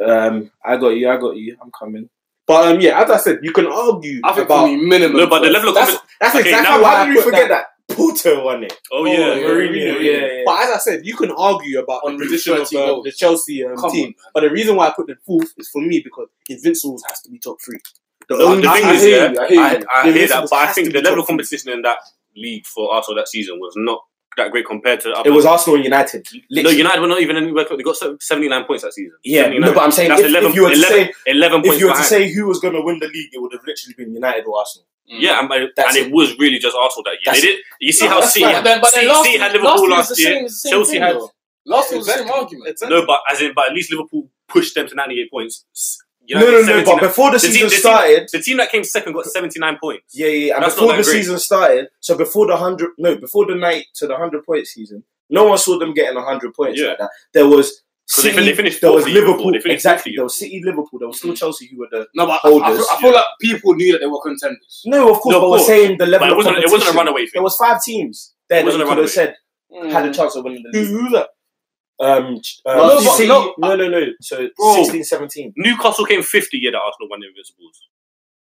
Um, I got you. I got you. I'm coming.
But um, yeah, as I said, you can argue
I think
about.
for me, minimum.
No, but the level of.
That's,
compet-
that's
Okay,
exactly
now
why I
Why did we
put
forget
that.
that? Porto won it.
Oh,
Oh,
yeah.
yeah.
Mourinho.
yeah,
Yeah, yeah.
But as I said, you can argue about
On
the position of
30
uh,
goals.
the Chelsea um,
Come
team.
on,
but the reason why I put them fourth is for me because Invincibles has to be top three. The
The, the
only
thing
I- I
is,
hear
yeah,
you,
I,
hear you.
I,
The
hear that,
Invincibles
but I
has to
think
be
the level
top
of competition in that league for Arsenal that season was not that great compared to the other.
It was Arsenal and United.
no,
Literally.
United were not even anywhere close. They got se- 79 points that season.
Yeah,
79.
no, but I'm saying
That's
if,
11
if you were to
11
say
11 points
if you were to
behind.
say who was going to win the league, it would have literally been United or Arsenal.
Yeah, and, and
That's
it.
it.
was really just Arsenal that year.
That's
They did. You see
No,
how
that's
City,
fine.
had-
Then- but then
City,
last-
City had Liverpool
year was
last,
the
year.
same- it's the same
Chelsea
thing,
had-
though. Last year was the same
Exactly.
argument.
Exactly.
No, but as in, but at least Liverpool pushed them to 98 points. S- United
no, no, no.
79
But before the
team-
season
the team-
started,
The team that came second got 79 points.
yeah, yeah, yeah. And
That's
before
not
the
that great.
season started, so before the hundred, no, before the night to the hundred point season, no one saw them getting hundred points
Yeah.
like that. There was
So they
City,
fin- they finished
there was
fourth at Liverpool,
Liverpool,
they finished fourth
exactly.
at
There was City, Liverpool. There was still Chelsea who were the.
No, but I, I,
Holders,
feel, I feel like people knew that they were contenders.
No, of course,
No, of
but we're
course.
saying the level
But it
of
wasn't, it
competition.
wasn't a runaway
There
thing.
was five teams
It
there that you
wasn't a
could
runaway.
have said
Mm.
had a chance of winning the league.
Who- who's that?
Um, ch- uh,
No,
but
City-
no,
no, no, no. So
Bro.
16, 17.
Newcastle came 50 year that Arsenal won the Invincibles.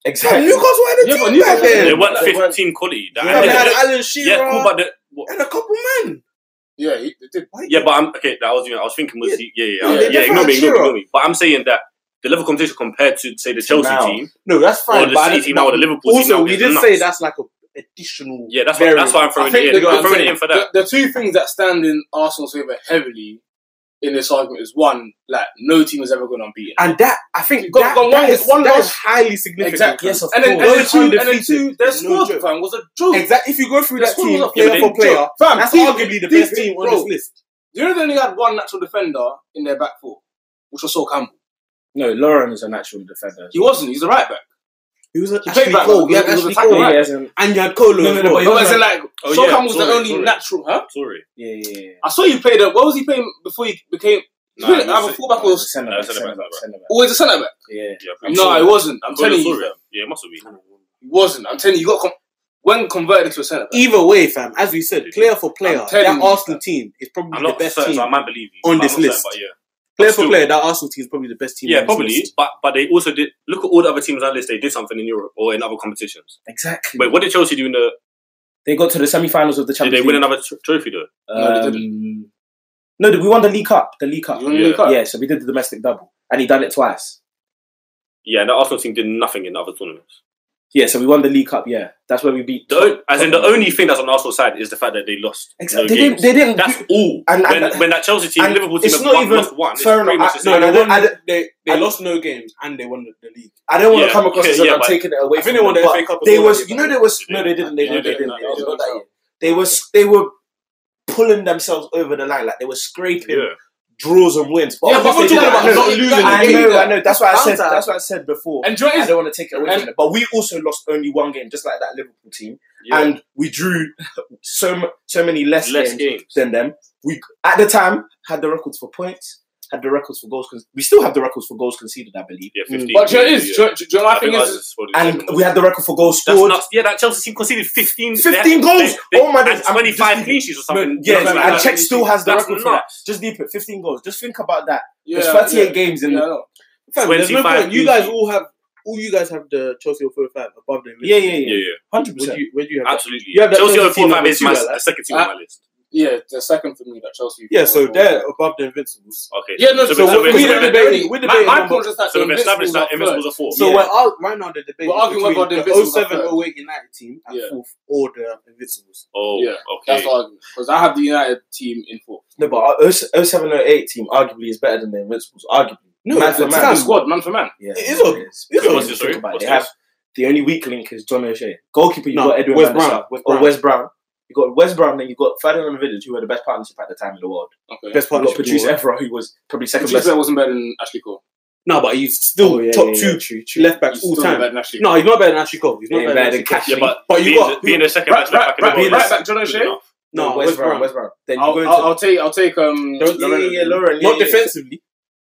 Exactly.
Newcastle had a
Yeah, but
team
Newcastle-
back then.
They weren't
they
15
weren't-
team quality. That-
Yeah,
Yeah,
and
they
they-
had Alan Shearer
yeah, cool, but the, what-
and a couple men.
Yeah, he, they did.
yeah, but I'm okay. That I was I was thinking was yeah, yeah, yeah.
Yeah,
yeah,
they
ignore me,
definitely
ignore me,
had
ignore me. But I'm saying that the level of competition compared to say the Chelsea
now.
team
No, that's
or
fine.
the
but I
City
don't-
team or the Liverpool team.
also,
now,
we
it's
did
nuts.
say that's like a additional.
Yeah, that's why, that's why I'm
I
throwing
think
it in.
the,
I'm throwing it
the,
in for that.
the two things that stand in Arsenal's favour heavily in this argument is one, like no team is ever going unbeaten.
and that I think
Go-
that,
go
that
one-
is
one
that
loss.
is highly significant.
Exactly.
Yes, of
and then,
course.
and then
Those
two, and then
undefeated.
two, their
No
squad
joke.
fam was a joke.
Exactly. If you go through
Their
that
squad
team
was a
player
fucking
for player,
joke. Fam,
that's
these-
arguably the
these
best team on
bro,
this list.
You know they only had one natural defender in their back four, which was Saul Campbell.
No, Lauren is a natural defender.
He wasn't. He's a right back.
He was an
He played
Ashley
back,
Cole.
man.
He had
He was
Ashley
attacking
Cole.
back.
yeah, as in-
And you had Colo.
No, no,
as well.
no, but he
But as
wasn't-
in, like,
Oh,
Saul
yeah,
Campbell was the
sorry,
only
sorry.
natural, huh?
Sorry.
yeah, yeah, yeah.
I saw you played. uh, What was he playing before he became? He
Nah,
played
he was
either
a-
fullback
No,
or
it's Uh, centre
No,
back,
centre
centre
back,
back, centre back.
always a centre back.
Yeah.
Yeah, I'm
No,
sure.
it wasn't. I'm
Go to
telling you,
Sorry.
fam.
Yeah, it must have been.
he wasn't. I'm telling you, you got com- when converted into a centre back.
Either way, fam, as we said, player for player,
telling
that
you,
Arsenal team is probably
I'm
the
not
best
certain,
team.
so I might believe you
on
but I'm
this
not certain,
list.
but yeah.
Player for
still-
player, that Arsenal team is probably the best team.
Yeah,
on this
probably.
list.
But but they also did look at all the other teams on that list. They did something in Europe or in other competitions.
Exactly.
Wait, what did Chelsea do in the?
They got to the semi-finals of the
Did
Champions
they win
League.
another tr- trophy though?
No, they
Um, no, we won the League Cup. The League Cup.
You only look up.
Yeah, so we did the domestic double, and he done it twice.
Yeah, and the Arsenal team did nothing in the other tournaments.
Yeah, so we won the League Cup. Yeah, that's where we beat.
The o- as in the only thing that's on Arsenal side is the fact that they lost.
Exactly.
No
they
games.
didn't. They didn't.
That's all.
And-
when,
and-
when that Chelsea team,
and
Liverpool team,
it's
have
not
won,
even-
lost one. It's
fair
pretty
enough.
much the
No,
same.
no,
I
they,
don't-
I don't- they, they
I-
lost no games and they won the- the league.
I don't want
Yeah,
to come across
okay,
as if
yeah,
I'm
but-
taking it away.
I
from
think they won
them,
the
but
FA Cup as
They
well
was,
that
you
year,
know,
but-
there was
They
no, they didn't. They
Yeah,
didn't.
they
They
didn't.
didn't. They didn't.
They
Not
didn't.
that year. They was, they were pulling themselves over the line. Like they were scraping
Yeah.
draws and wins.
Yeah, but
obviously
we're talking
they-
about not
I know,
losing
I
the game.
know, I know. That's why I said.
Sometimes-
That's what I said before.
And do you know what
I
it is?
don't want to take it away
And-
from them. But we also lost only one game, just like that Liverpool team,
Yeah.
and we drew so mu- so many less,
Less
games,
games.
than them. We at the time had the records for points, had the records for goals. Con- we still have the records for goals conceded, I believe,
yeah, 15.
But do you know what it
Yeah.
is? Do you- do you know what I think
ours
is?
is probably the
and
second
we
one.
had the record for goals
That's
scored.
nuts. Yeah, that Chelsea team conceded 15.
15
they-
goals.
they-
Oh my days,
And
I'm
25
just-
clean sheets or
No,
something. You
yeah,
know what I mean?
and Czech still has the
That's
record for that.
nuts.
Just deep it, 15 goals. Just think about that.
Yeah,
There's 38
yeah.
games in
Yeah, I
the
know.
Fam, there's no
25
point. You guys
easy.
all have all you guys have the Chelsea 045 above them.
Yeah, yeah, yeah.
Yeah, yeah,
Hundred
Where
percent.
do you, where do you have that?
absolutely.
You have that
Chelsea
Chelsea
on four
team
five is
number
my
two, like
the second team on my list.
Yeah, the second for me that Chelsea.
Yeah, so they're above the Invincibles.
Okay.
Yeah, no, so,
so
we've
we're
established-
debating-
debating.
we're
My,
debating
my
number-
point is that
so
the
we've established that Invincibles
Invincibles
are four.
So
Yeah.
we're out, right now the debate
We're
is
arguing
between
whether the Invincibles
the
are
07
third.
08 United team at
Yeah.
fourth or the Invincibles.
Oh,
Yeah,
okay.
That's the argument because I have the United team in fourth.
No, but our oh-, 07 08 team arguably is better than the Invincibles. Arguably.
No,
man for
it's
It's kind
man.
of squad, man for man.
Yeah,
It is obvious. It's
Think
obvious.
about it.
What's
They
this?
have the only weak link is John O'Shea. Goalkeeper, you
No,
got Edwin
Wes
Van der
Brown.
Sar.
Wes
or
Brown.
Wes Brown. You got Wes Brown, then you got Ferdinand Vidic, who were the best partnership at the time in the world.
Okay.
Best
You got
partnership. in the
Patrice
world.
Evra, who was probably second
Patrice
best.
Evra wasn't better than Ashley Cole.
No, but he's still
Oh, yeah,
top
yeah, yeah,
two
true, true.
left
He's
backs all
still
time.
better than Ashley Cole.
No, he's not better than Ashley Cole. He's not
Yeah,
better
better
than
than
Ashley Cole.
yeah, but,
But you
being,
got-
the, being the second
Right,
best left back in
right,
the world.
right
is
back, John O'Shea?
good enough.
No,
Wes Brown. Wes Brown. Then you
I'll,
go into
I'll, I'll take. I'll take. Um.
Don't- yeah,
Lorenzo.
yeah, yeah, Lauren.
Not
yeah, yeah.
defensively.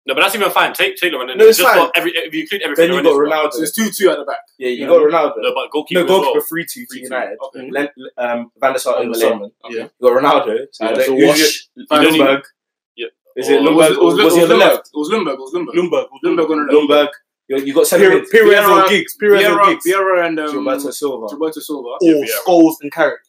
No, but that's even fine. Take Taylor and then
No, it's
just got
fine.
every if you include everything.
Then
there
you got
is one.
So
Ronaldo.
it's two two at the back.
Yeah, you
Yeah.
got Ronaldo.
No, but goalkeeper.
No,
as well.
goalkeeper three two to
3-2.
United.
Okay.
Len- um, Van der Sar
Van
over
der Sar.
Lehmann.
Okay.
Yeah.
You got Ronaldo. So
Yeah,
I don't-
so
who's
Walsh-
your-
Van der Sar.
Lundberg.
Yeah.
Is it
Or-
It
Lundberg?
was, it was,
Was he on
it was
the
Lundberg.
left?
It was Lundberg. It was Lundberg.
Lundberg.
Lundberg on the left.
Lundberg. You you got seven.
Pir-
minutes.
Pires
Vieira-
or Giggs. Pires or
Vieira,
Giggs.
Vieira and um,
Gilberto
Roberto
Silva.
Silva.
Yeah,
Or
Vieira.
Scholes and Carrick.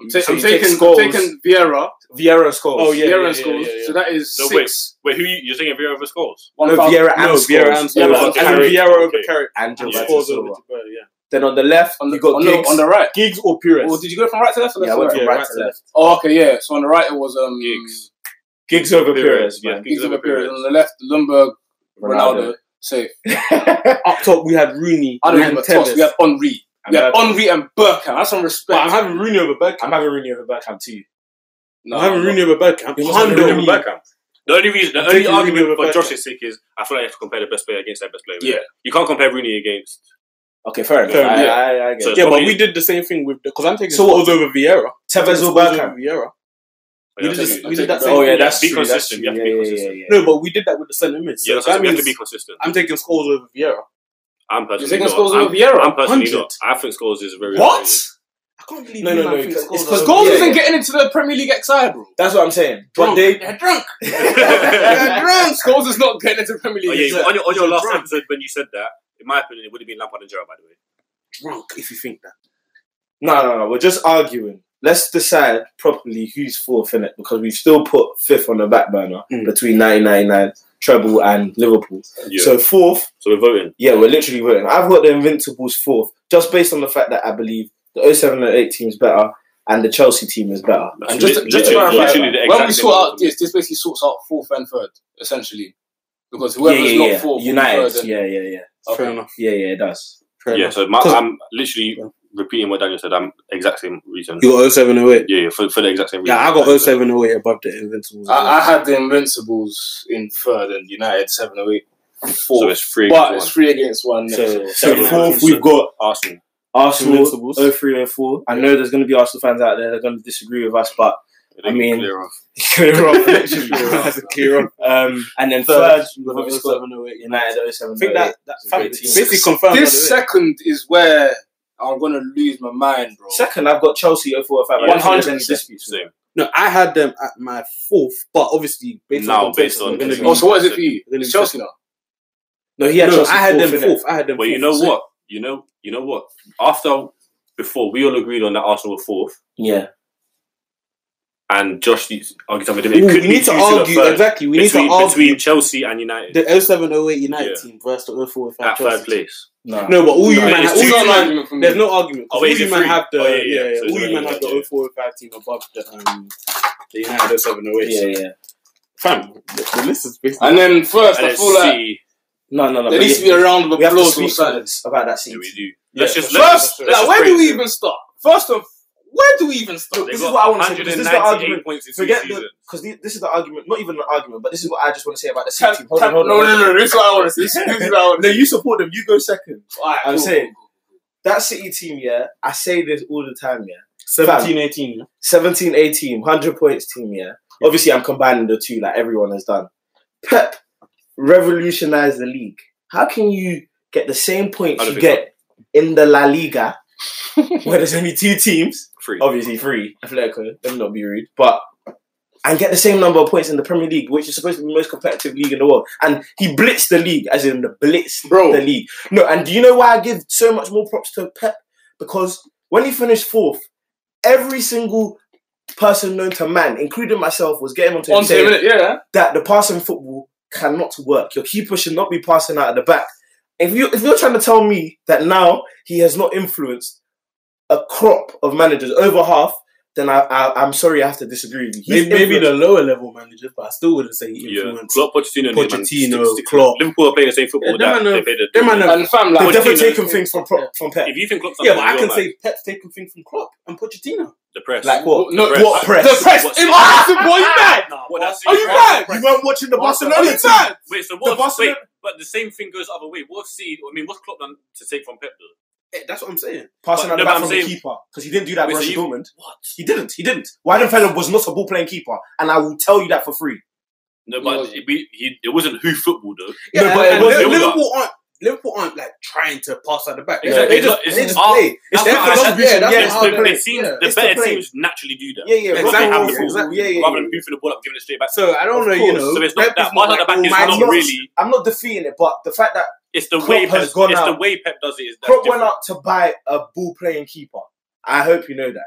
I'm, ta-
So
I'm
you take
taking, I'm
Scholes.
taking Vieira.
Vieira and Scholes.
Oh, yeah,
Vieira and
yeah,
Scholes.
yeah, yeah.
So that is
No, wait.
six.
Wait, who you, you're saying Vieira over scores?
One
No,
foul.
Vieira and
No, Vieira and
Scholes.
Yeah,
Scholes.
but
And
Carrick-
Vieira over
okay.
Carrick.
And
Yeah.
Gilberto
Scholes
Silva.
over to Bird, yeah.
Then on the left,
On the,
you got
on, the,
Giggs.
on the right.
Giggs or Pires?
Or did you go from right to left? Or left
yeah, I
to
went
right?
Yeah,
from right to left.
Oh, okay, yeah. So on the right it was um,
Giggs.
Giggs over Pires,
Yeah,
man.
Giggs
Giggs
over
over Pires.
Pires.
On the left, Lundberg, Ronaldo, safe.
Up top, we had Rooney
I don't
and
remember. Toss.
Tevez.
We have Henri.
I'm
We have
having-
Henri and Burkham. That's some
But
respect.
I'm having Rooney over Bergkamp.
I'm having Rooney over Bergkamp too.
No,
I'm having Rooney over Bergkamp.
He wasn't
Hondo.
Rooney over
The only reason, the
I'm
only
taking Rooney
argument
over
for
Bergkamp.
Josh's sake is I feel like you have to compare the best player against their best player.
Yeah.
you can't compare Rooney against.
Okay, fair enough.
Fair
I,
enough.
I, I, I get
So-
it.
Yeah, but we did the same thing with because I'm taking
So
Scholes over Vieira.
Tevez
Scholes
or Bergkamp?
over Vieira.
Like,
We did,
I'll
take
tell
this,
you-
it.
we did that same
Oh yeah,
thing.
that's
Be
true, that's
consistent, you have to
true.
be
Yeah, yeah,
consistent.
yeah, yeah.
No, but we did that with the centre mids. So
Yeah, that's what I
that
mean, you have to be
means
consistent.
I'm taking Scholes over Vieira.
I'm
You're
personally
taking
not.
Scholes
I'm-
over Vieira.
I'm
100.
personally not. I think Scholes is very.
What?
I can't believe
No,
you
no,
man
no,
thinks
it's-
Scholes
it's
over
Because goals
Yeah,
Vieira.
isn't
yeah.
getting into the Premier League XI, bro.
That's what I'm saying. But
Drunk.
they,
They're drunk.
overrated.
They're drunk. Scholes is not getting into the Premier League.
Oh, yeah, you-
XI.
on your, on your
He's a
last
drunk.
episode when you said that, in my opinion, it would have been Lampard and Gerrard, by the way.
drunk if you think that.
no, no, no. We're just arguing. Let's decide properly who's fourth in it because we've still put fifth on the back burner
Mm.
between 1999 treble and Liverpool.
Hmm. Yeah. So,
So fourth,
we're voting.
Yeah, we're literally voting. I've got the Invincibles fourth, just based on the fact that I believe the 07 and 08 team is better and the Chelsea team is better.
That's
And just,
lit-
just to
literally-
clarify,
literally the
when
exact
we
same
sort out
argument.
this, this basically sorts out fourth and third, essentially. Because whoever's
yeah, yeah, yeah.
not fourth, will be
United.
third and-
Yeah, yeah, yeah.
Okay.
Fair enough.
Yeah, yeah, it does.
Fair
yeah,
enough.
so my,
'Cause-
I'm literally repeating what Daniel said. I'm exact same reason.
You got 07 08.
Yeah, yeah, for, for the exact same reason.
Yeah, I got 07 08 above the Invincibles.
I, I had the Invincibles in third and United seven or eight.
So
Four.
it's three.
but
against
it's three against one.
So,
so
so
fourth,
fourth, we've got
one. Arsenal.
Arsenal oh,
Invincibles.
03 04. I know there's going to be Arsenal fans out there that are going to disagree with us, but I mean-
clear off.
clear off, literally.
That's a clear up.
um, and then
Third,
third, we've obviously got
08.
United 07
I think that, that
It's a
fact
great team.
basically confirmed. by
this
the way.
second is where I'm gonna lose my mind, bro.
Second, I've got Chelsea 04 05. I don't think there's any
100%.
disputes.
Same.
no, I had them at my fourth, but obviously based
Now,
on
based on-
going to
Oh, so what is it for you?
Then
It's Chelsea now.
No, he had
no,
Chelsea
I had them
fourth, innit?
fourth. I had them.
But you know
fourth.
what? You know, you know what? After, before we all agreed on that Arsenal were fourth,
Yeah.
and Josh needs argued something.
Ooh,
It could
we
be
need to
two the
argue
third
exactly. We
between,
need to argue
between Chelsea and United
the 07 08 United
Yeah.
team versus the 04 05
at third
Chelsea team.
place.
No.
No, but all you
No,
man,
it's
all
two
you
to
man,
argument for me.
there's no argument. 'cause
Oh, wait,
all
is
you
it
man
three?
have the
Oh, yeah, yeah. So it's
all you
three,
man have
yeah.
the 04 05 team above the um the United 07 08.
Yeah, yeah.
Fam, the, the list is basically
And then first,
And
I
it's
feel like
C.
No, no, no.
there
but
needs to
yeah.
be a round of
we have to
applause for
speak
Saturday.
silence about that
Yeah,
scene.
we do.
Yeah,
Let's just
for
let's
First,
just- let's
like,
just
where do
praise
we
them.
even start? First of, where do we even start?
They
This is
got
what I want to
198
say, because this is the argument.
Points in two
Forget
seasons.
because this is the argument, not even an argument, but this is what I just want to say about the
Can-
City.
can- no, no, no, This is what I want to say. This is what I want to
No,
say.
you support them. You go second.
All right,
I'm
cool,
saying-
cool,
That City team, yeah, I say this all the time, yeah.
17 18. yeah.
17, 18, 100 points team, yeah. Obviously, I'm combining the two like everyone has done. Pep revolutionized the league. How can you get the same points you
100%.
get in the La Liga where there's only two teams?
Three.
uh, obviously free. Atletico, let me not be rude, but and get the same number of points in the Premier League, which is supposed to be the most competitive league in the world. And he blitzed the league, as in the blitz
Bro.
the league. No, and do you know why I give so much more props to Pep? Because when he finished fourth, every single person known to man, including myself, was getting onto him
On to
saying
him, innit? yeah.
that the passing football cannot work. Your keeper should not be passing out of the back. If you if you're trying to tell me that now he has not influenced a crop of managers over half, then I, I I'm sorry I have to disagree with you. He's
Maybe, maybe the
influenced-
lower level managers, but I still wouldn't say he
Yeah,
influenced.
Klopp, Pochettino, and them, man.
Pochettino,
Stick- stick-
Klopp.
Liverpool are playing the same football
Yeah, them
that
and
they
the-
played. at
them and
Dortmund.
the-
And fam,
They've
Pochettino-
like,
definitely taken things from pro-
Yeah.
from Pep.
If you think Klopp's
Yeah, but I
you're
can
mad.
say Pep's taken things from Klopp and Pochettino.
the press.
Like what?
No,
press.
What press?
the press,
What's-
impossible. Are you mad?
What, that's-
Are you mad?
You weren't watching the
Are
Barcelona
you
team.
mad?
Wait, so what?
The Barcelona-
wait, but the same thing goes the other way. What's C? I mean, what's Klopp done to take from Pep though?
Eh, That's what I'm saying.
Passing
But no,
out the
but
back
I'm
from the
saying-
keeper because he didn't do that
Wait, so
versus
you-
Dortmund.
What?
He didn't. He didn't. Weidenfeller was not a ball playing keeper, and I will tell you that for free.
No, but
No.
it, we, he, it wasn't who football though.
Yeah,
No, but
and-
it
and
was
Li-
build up.
Liverpool aren't Liverpool aren't like trying to pass out the back.
Exactly.
They
It's
just,
not- it's
they just
not-
play.
That's
Their
what I said.
distribution,
Yeah,
yeah,
that's
It's
how
the
the,
they
the,
play.
teams,
Yeah.
the
It's the
better
play.
teams naturally do that.
Yeah,
Because
yeah,
exactly,
They have the
yeah,
ball
exactly, yeah, yeah,
rather
yeah.
than beefing the ball up, giving it straight back.
So I don't
Of
know, you
course.
know.
So it's not
Pep
that
is not
part of
like
the
oh,
back is
almighty.
not
not-
really.
I'm not defeating it, but the fact that
It's the
Klopp
way
has
Pep.
gone
It's the
out.
way Pep does it. Is that's
Klopp went
different.
out to buy a ball playing keeper. I hope you know that.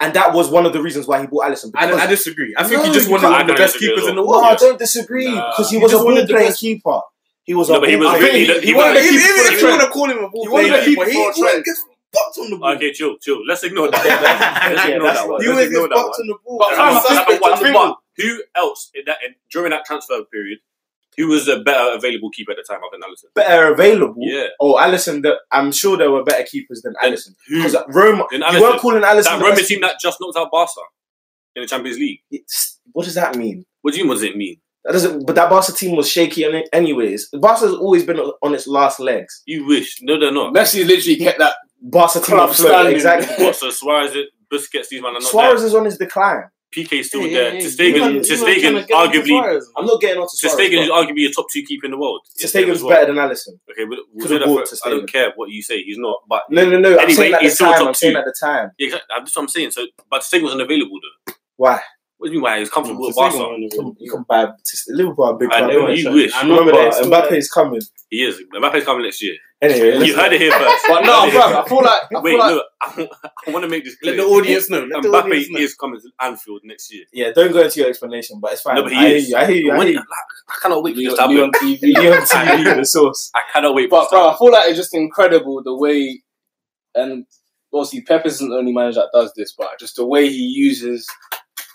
And that was one of the reasons why he bought Allison.
I,
because-
I disagree. I think
No,
he just
you
wanted
can't.
one of the
I
best
disagree
keepers
as
in the
well.
no,
world.
I don't disagree
Nah.
because he
He
was a
just wanted
ball
the
playing
best-
keeper. He was
No,
a
but he
ball
was
playing
I think he-
really. He,
he
was
wanted to
really
keep-
Even if you wanna
call him a ball player,
player,
he,
but he-
he
he
always
always
gets fucked on the ball.
Okay, chill, chill. Let's ignore that. Let's
Yeah,
ignore
that's
that one.
He
Let's
always gets
ignore that one.
fucked on the ball.
But
But,
fam,
I
I think
think
that- I think-
but who else in that, in, during that transfer period? Who was a better available keeper at the time? I think Allison.
better available.
Yeah.
Oh, Allison. The, I'm sure there were better keepers than
Then
Allison
Who?
because Roma.
Then
You
Alisson.
weren't calling Allison.
That
the
Roma
best-
team that just knocked out Barca in the Champions League.
It's- What does that mean?
What do you mean? What does it mean?
That doesn't. But that Barca team was shaky. Any, anyways, Barca's always been on its last legs.
You wish? No, they're not.
Messi literally kept that.
Barca team
Club
afloat.
standing.
Exactly.
What? So Suarez, Busquets, these men are not
Suarez is on his decline.
there. PK's still
Hey,
there.
hey, hey,
Ter
you weren't-
Stegen, Ter
you weren't trying
Stegen,
to get him to
arguably,
Suarez, man.
I'm not getting on to
Ter
Suarez.
Stegen is
but
arguably a top two keeper in the world.
Ter
Is there
Stegen
as
was
well.
better than Allison.
Okay, we'll, we'll
Could've
say that
bought
for-
Ter
I don't
Stegen.
care what you say. He's not. But
No, no, no. I'm
Anyway,
saying at the
he's still
time.
top
I'm saying
two.
at the time.
yeah, exactly. That's what I'm saying. So, but Ter Stegen was unavailable though.
Why?
What do you mean? Why he was comfortable with
Ter Stegen
Barca?
wasn't available.
You can buy Liverpool are a big
I
club.
know,
innit?
you wish.
I'm not
Remember
but
that
it's still
Mbappe
there.
is coming.
He is. Mbappe's coming next year.
Anyway, let's-
You heard it here first.
But no, fam, I feel like I
Wait,
feel like
look. I, want to make this clear.
Let the audience know. Let the audience
Mbappe
know.
is coming to Anfield next year.
yeah, don't go into your explanation, but it's fine.
No, but he
I hear
is.
you. I hear you. I
When-
hear you.
like, I cannot wait for
Lee-
this to
Lee
happen.
on TV.
You're on TV, the source.
I cannot wait for
But
this to
bro, I feel like it's just incredible the way, and obviously Pep isn't the only manager that does this, but just the way he uses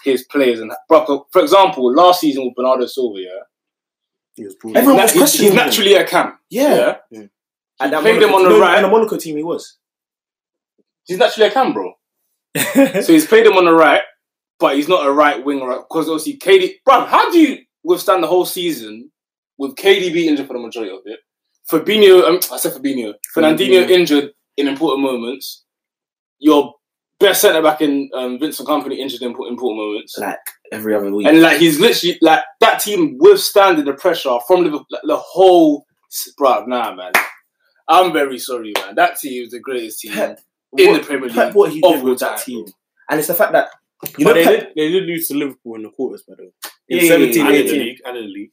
his players. And bro, for example, last season with Bernardo Silva, yeah,
Everyone was
he's, he's
questioning him.
naturally a cam.
Yeah.
Yeah.
And
He
that
played him
Monaco-
on the
no,
right.
And the Monaco team, he was.
he's naturally a cam, bro. so he's played him on the right, but he's not a right winger because obviously KD. Bro, how do you withstand the whole season with KDB injured for the majority of it? Fabinho, um, I said Fabinho, Fernandinho injured in important moments. Your best centre back in um, Vincent Company injured in important moments.
like every other week.
And like he's literally like that team withstanding the pressure from Liverpool, like, the whole. Bro, nah, man. I'm very sorry, man. That team is the greatest team
Pep,
in
what-
the Premier League.
Pep, what he
of
did
all
with that
time.
team. And it's the fact that you
But
know
they
Pep,
did, they did lose to Liverpool in the quarters, by the way.
Yeah,
In
yeah, yeah,
17,
happen. And in the
18.
league, and in the league.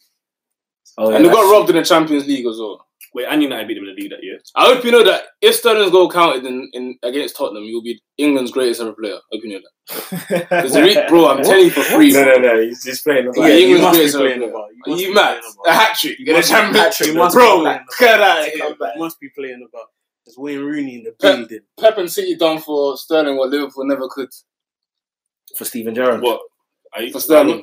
oh, yeah,
And they
that's-
got robbed in the Champions League as well.
Wait, and United beat them in the league that year.
I hope you know that if Sterling's goal counted in, in against Tottenham, you'll be England's greatest ever player. I hope you know that. 'Cause the re- bro, I'm telling you for free.
no, no, no. He's just playing. about
Yeah,
it.
you
He
must
must
be
be
so
playing
good.
about it.
Are you mad? A hat trick in the
must be
Champions
hat-trick.
League.
You must be
Bro,
hat-trick.
get out of here.
You must be playing about. There's Wayne Rooney in the
Pep.
building.
Pep and City done for Sterling what Liverpool never could
For Steven Gerrard.
What? Are you,
for
Oh,
Sterling.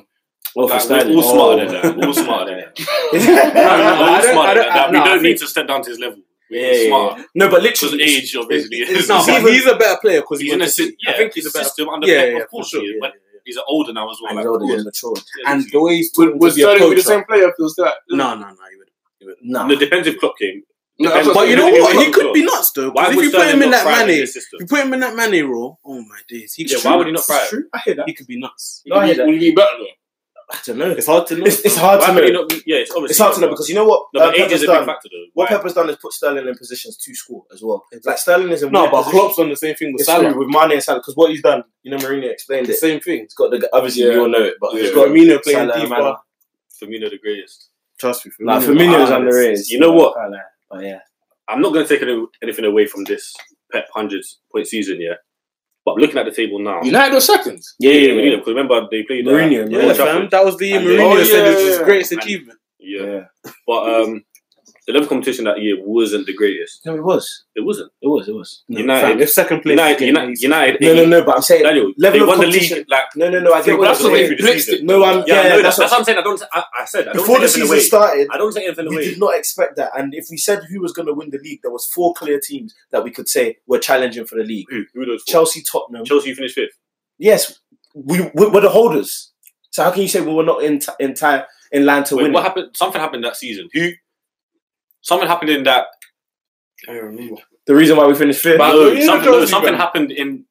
Well,
Like, we're all smarter than that. We're all smarter than that. We're all
I don't- I
smarter
don't-
than that.
no, I
We don't
think-
need to step down to his level.
Yeah,
We're
yeah,
smart.
No, but
Because
literally,
age, obviously,
It's-
is.
it's- no, but
even-
he's a better player because
he's in a system.
I think he's a better.
system under
Yeah,
Pep,
yeah, yeah,
of course.
for sure,
he is,
yeah,
but he's older now as well.
and
like,
he's older
of course.
and matured.
Yeah,
And
literally.
the way he's
Would,
talking
would
to be a
Sterling be the
coach,
same
right?
player if he was still at
No, no, no, he wouldn't. He wouldn't.
Nah.
No, defensive clock came.
No, that's what-
But you know
Defensive
what? He
clock
could be
clock.
nuts though.
Why
Because if
would
you put him
Sterling
in
not
that
fry it in
Mane,
the
if
system?
you put him in that Mane role, oh my days, he
Yeah,
could
why
shoot.
would he not fry it?
I hear that.
He could be nuts.
No, I hear
Would he be better though?
I to know.
It's hard to know.
It's, it's hard to
Why can you
know.
not be- yeah, it's obviously
It's hard to know because you know what?
no, but
uh,
age is
Pepper's
a
done.
big factor though.
What
Why?
Pepper's done is put Sterling in positions to score as well. Like Sterling is a
no,
weird
but
position.
Klopp's on the same thing with
It's
Salah.
true, with Mane and Salah because what he's done, you know, Mourinho explained
The
it.
same thing.
He's got the obviously
Yeah.
we all know it, but he's
Yeah.
got
Firmino playing
Salah,
deeper.
Mane.
Firmino the greatest.
Trust me.
Like
Firmino.
Firmino is
Ah,
underrated.
You know what?
Can't lie. But yeah,
I'm not going to take any, anything away from this Pep hundreds point season, yeah. But I'm looking at the table now.
United were second.
yeah, yeah, yeah. Because remember they played uh,
Mourinho,
Yeah,
Old
Mourinho.
Trafford.
fam. That was the year
And
Mourinho
they-
said
Oh,
it was
yeah,
his
yeah,
greatest
And-
achievement.
yeah.
yeah.
But um, the level competition that year wasn't the greatest.
No, it was.
It wasn't.
It was. It was. No,
United-
Fam, if second place,
United, United, United.
no, no, no, But I'm saying
Daniel,
Level
they
of
won the
competition-
league. Like,
no, no, no. I
They
get
were
what
that's
you're
the way
saying.
through the
blitzed
season.
it.
No, I'm
yeah,
yeah.
I know,
that's
that's, that's
what,
what I'm saying. I don't. I, I said I don't take
before the
anything
season
away.
started,
I don't take anything
we
away.
did not expect that. And if we said who was going to win the league, there was four clear teams that we could say were challenging for the league.
Who? Who were those? four?
Chelsea, Tottenham.
Chelsea finished fifth.
Yes, we, we we're the holders. So how can you say we were not in t- in time in line to
Wait,
win?
what
it?
happened? Something happened that season. Who? Something happened in that.
I remember.
The reason why we finished fifth,
but
no,
no,
you know
something, no,
Chelsea,
something
man.
happened in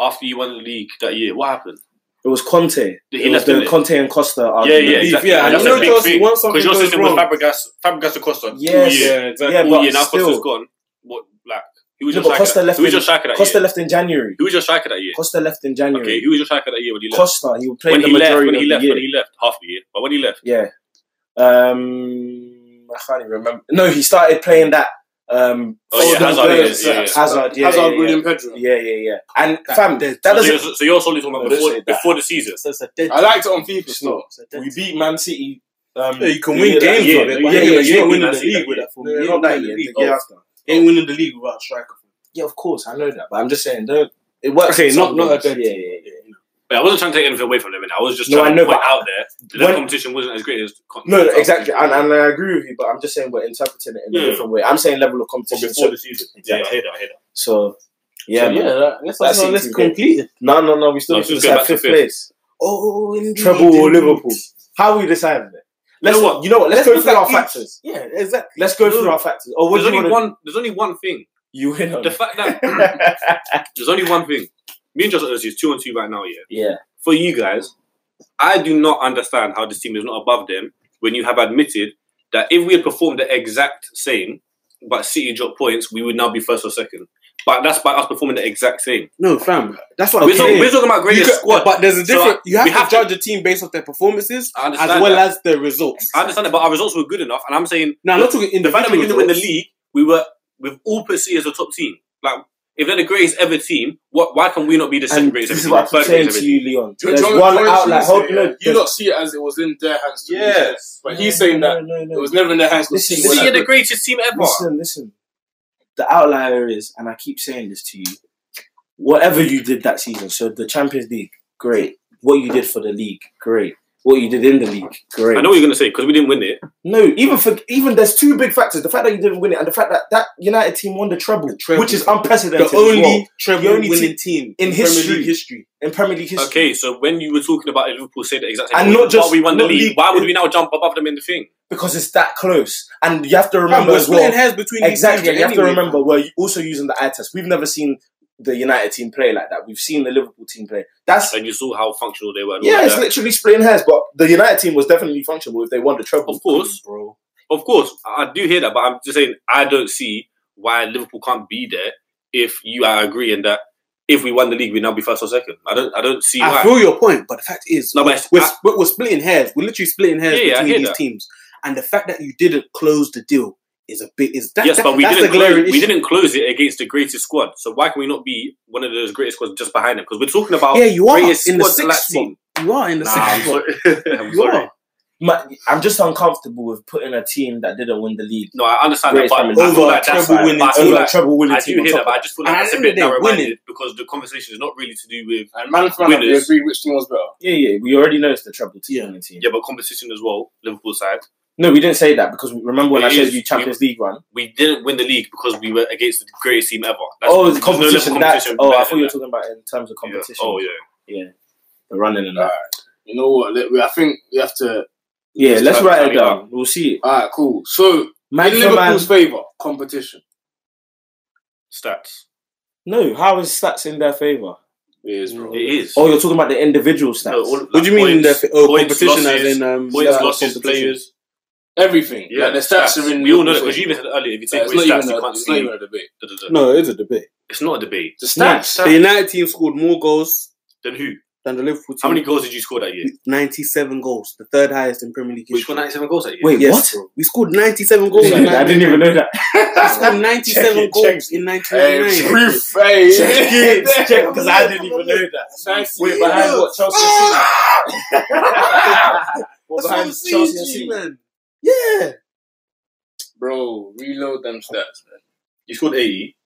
after you won the league that year. What happened?
it was Conte.
He
It was
left,
the
didn't it?
Conte and Costa.
yeah,
argument.
yeah, exactly.
yeah,
And
you
that's
know
a big
Chelsea,
thing.
once something
Because your
goes
system
wrong-
was Fabregas, Fabregas to Costa.
Yes.
Two years.
Yeah, exactly.
Yeah,
All
but
year, now
still,
Costa's gone. What, like, who was
No,
your
but
striker?
Costa
that-
left
who was
in-
your striker that
Costa
year?
left in January.
Who was your striker that year?
Costa left in January.
Okay, who was your striker that year when he left?
Costa, he played
when
the
he left,
majority
when he
of
left,
the year.
when he left, half the year. But when he left,
Yeah. Um, I can't even remember. No, he started playing that. Um,
Oh, yeah,
Foden
Hazard,
players.
yeah, yeah, yeah.
Hazard, yeah,
Hazard,
yeah,
William,
yeah.
Pedro.
yeah, yeah, yeah. And fam, that
so,
doesn't.
you're, so you're solely talking
No,
about
don't
before,
say that.
before the season.
So it's a dead.
I liked it on FIFA
It's
still.
not. We beat Man City. Um,
Yeah, you can win
yeah, that
games
year.
with it, but
Yeah,
yeah,
yeah,
you're
yeah,
not winning
yeah,
the
yeah,
league with that form.
No,
You're
not
not
that
winning the
year,
league.
the
Yeah,
year
after. Ain't winning the league without a striker.
Yeah, of course, I know that, but I'm just saying, don't. It works.
Okay,
in
not-
some
not
games.
a dead
yeah, yeah, yeah.
But I wasn't trying to take anything away from them. And I was just
No,
trying
I know,
to point
but-
out there that the
when-
competition wasn't as great as.
No, no, exactly, and, and I agree with you, but I'm just saying we're interpreting it in a
Yeah.
different way. I'm saying level of
From
competition.
before
So,
the season. Yeah, I hear that. I hear that.
so, yeah,
So,
man.
that- let's
That's
also-
it,
let's
team
complete it.
No, no, no. We still
No,
have to
just go
decide
back to
fifth,
fifth.
place.
Oh, indeed.
Treble or Liverpool? How are we deciding it? Let's,
You know what?
You know what?
Let's
Let's, go
look
through
at
our
each.
factors.
Yeah, exactly.
Let's go
No.
through our factors. Or what
There's
do you
only
want?
one. There's only one thing.
You win. on
The fact that
it.
there's only one thing. Me and Justin Ozzy is two on two right now. Yeah.
yeah.
For you guys, I do not understand how this team is not above them when you have admitted that if we had performed the exact same, but City dropped points, we would now be first or second. But that's by us performing the exact same.
No, fam. That's what I'm
We're, talking,
saying.
we're talking about
You
greatest
could-
squad.
But there's a
So,
different. you have
we
to
have to-
judge a team based off their performances
I
as
understand
well
that.
as their results.
I understand it, but our results were good enough, and I'm saying
Now, I'm not talking
the fact that we
individual
didn't win the
results.
league, we were we've all put City as a top team. Like if they're the greatest ever team, what why can we not be the second
And
greatest
this is
ever
what I
team? Third
keep saying
greatest ever
to
team?
you, Leon.
Do you-
There's
do you know
one
what Torres
outlet.
is
Hold
saying,
no,
yeah? You
there's-
don't see it as it was in their hands. To lose,
Yes.
But he's saying
no,
that
No, no,
it
no.
was never in their hands. to
Listen,
see
listen.
City
what
are the
happened.
greatest team ever.
Listen, listen. The outlier is, and I keep saying this to you, whatever you did that season, so the Champions League, great. What you did for the league, great. What you did in the league, great.
I know what you're gonna say because we didn't win it.
No, even for even there's two big factors: the fact that you didn't win it, and the fact that that United team won the treble,
treble.
which is unprecedented.
the only
as well
treble
The only
winning team
in
Premier
history.
League history.
in Premier League history.
Okay, so when you were talking about it, Liverpool said the exact same.
And
thing,
not just-
while we won the
not
league,
league-
Why would we now jump above them in the thing?
because it's that close, and you have to
Fam,
remember
we're
as well.
splitting hairs between
Exactly,
these
and
teams
you have to
anyway.
remember we're also using the eye test. We've never seen the United team play like that. We've seen the Liverpool team play. That's
And you saw how functional they were. and all
yeah,
of
it's
that.
literally splitting hairs. But the United team was definitely functional if they won the treble.
Of course.
bro.
Of course, I I do hear that, but I'm just saying I don't see why Liverpool can't be there if you are agreeing that if we won the league, we'd now be first or second. I don't, I don't see why.
I feel your point, but the fact is,
No,
we're,
but it's-
we're,
I-
we're- we're splitting hairs. We're literally splitting hairs
Yeah, yeah, I
between
hear
these
that.
teams, and the fact that you didn't close the deal is a bit is that.
yes,
that-
but we
that's
didn't
the glaring
close, we
issue.
didn't close it against the greatest squad. So why can we not be one of those greatest squads just behind them? Because we're talking about
Yeah, you are
greatest
in the
squad
sixth
select
spot. You are in the
Nah,
sixth
I'm
spot.
sorry. I'm
You
sorry.
are.
My, I'm just uncomfortable with putting a team that didn't win the league
No, I understand that,
Greatest
but
Premier League
I feel
Over
like that's
treble winning
but I feel
over
like-
a treble winning
I
team.
do
on
hear
top
that,
of
but I just feel like
And at
that's
the
a
end of
bit
the day,
narrow-minded
winning-
because the conversation is not really to do with
And man for man, we
Winners.
agree which team was better.
Yeah, yeah. We already know it's the treble team.
Yeah.
winning team.
yeah, but competition as well. Liverpool side,
No, we didn't say that because remember when
It
I showed
is-
you Champions League run?
we didn't win the league because we were against the greatest team ever.
oh,
there's
the
no level of
competition. that,
competition
oh, I
better
thought
than
you were
that.
talking about in terms of competition.
Yeah. Oh yeah.
The running and that.
You know what? Let- I think we have to.
Yeah,
Just
let's
try-
write
try
it
it
down. We'll see it.
All right, cool. So
Man
in
for man.
Liverpool's favour, competition.
Stats.
No, how is stats in their favour?
It is, bro.
It is.
Oh, you're talking about the individual stats.
No, all- like,
What do you mean?
points,
the, oh,
points,
competition
losses,
as in um, yeah,
points, losses,
competition.
players.
Everything. Yeah, like, the stats, are in.
We all know that because you even said earlier. If you
Like,
take
it's,
away
not
stats,
even
you
a,
can't
it's not
see.
even a debate.
Da, da, da.
No, it is a debate.
It's not a debate.
The
The
stats.
United team scored more goals
Then who?
than the Liverpool team.
How many goals did you score that year?
97 goals, the third highest in Premier League
We
history.
scored 97 goals that year.
Wait,
Yes, we scored 97 goals.
what?
in
I didn't even know that.
We scored 97
Check it,
goals
check
in
Hey,
1999.
brief. Hey,
because I didn't even know that. Wait, behind what Chelsea?
That's
What
what I'm
behind
saying,
Chelsea? and
G,
City?
man. Yeah.
Bro, reload them stats, man.
You scored 80.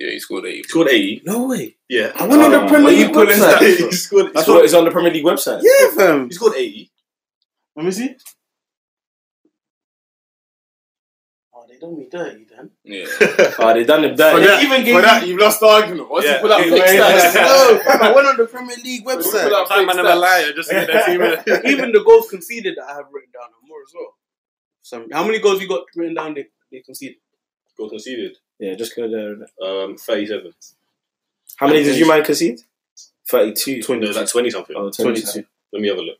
Yeah, he scored eight.
You scored 80.
No way.
Yeah.
I went on the
Oh,
Premier
were you
League
pulling
website.
stats?
you scored, you
That's
scored,
what is on the Premier League website.
Yeah, fam.
you scored 80.
Let me see. Oh, they done me dirty then.
Yeah.
Oh, they done him
For
dirty.
that-
even
For that, you've lost the argument. Once
Yeah.
you put out
Okay,
fake
wait.
stats,
No, fam, I went on the Premier League
Pull
website.
out fake stats.
just
looking at that
Even the goals conceded that I have written down are more as well. Some, how many goals you got written down they, they conceded?
Goal conceded.
yeah, just go there.
Um, 37.
How many did you man concede? 32.
No, it was like 20 something.
Oh,
22.
Let me have a look.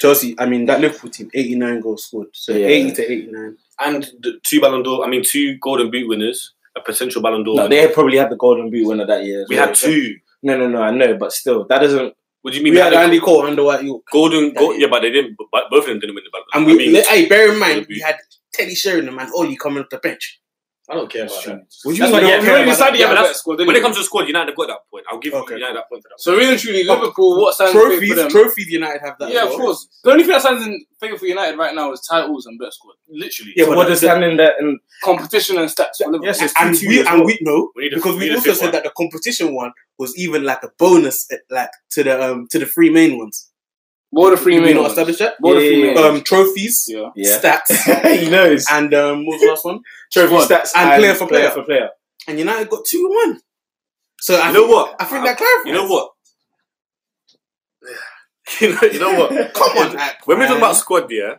Chelsea, I mean, that Liverpool team, 89 goals scored. So
Yeah.
80 to 89.
And the two Ballon d'Or, I mean, two Golden Boot winners, a potential Ballon d'Or.
No,
winner.
they had probably had the Golden Boot winner that year. as
we
well.
had two.
No, no, no, I know, but still, that doesn't.
What do you
We,
mean?
had Andy Cole and the White York.
Golden,
Yeah.
gold, yeah, but they didn't. But both of them didn't win the Ballon. d'Or.
And we,
I mean,
hey, bear in mind,
Liverpool.
we had Teddy Sheringham and Oli coming off the bench.
I don't care about that.
Would
That's
not
like, yeah,
care
we already
about
decided,
that?
yeah, but that's-
scored,
When it comes Oh, to squad, United have got that point. I'll give
Okay.
you United that point for that.
So really, truly, Liverpool. What stands in favour for them?
trophies, trophies United have that.
yeah,
as
of
well.
course. The only thing that stands in favour for United right now is titles and best squad, literally.
Yeah,
but
what
the-
does that in there? And
Competition and stats. For Liverpool.
Yes, it's
And
2-2
we
as
and
well.
we know
We need a-
because we
need a
also
fifth
said
one.
that the competition one was even like a bonus, eh, like to the um to the three main ones.
What are the three
Did we
main
not
ones?
establish that?
What are the
Yeah,
three
yeah,
main
yeah.
ones?
Um, trophies,
Yeah.
yeah,
stats,
he knows
and um, what was the last one?
trophy
Squad.
stats
And player for player.
for player.
And United got two and one. So I
You know
think-
what?
I think that clarifies.
You know what? you, know, you know what?
Come on, Ak,
When we talk
man.
about squad, yeah,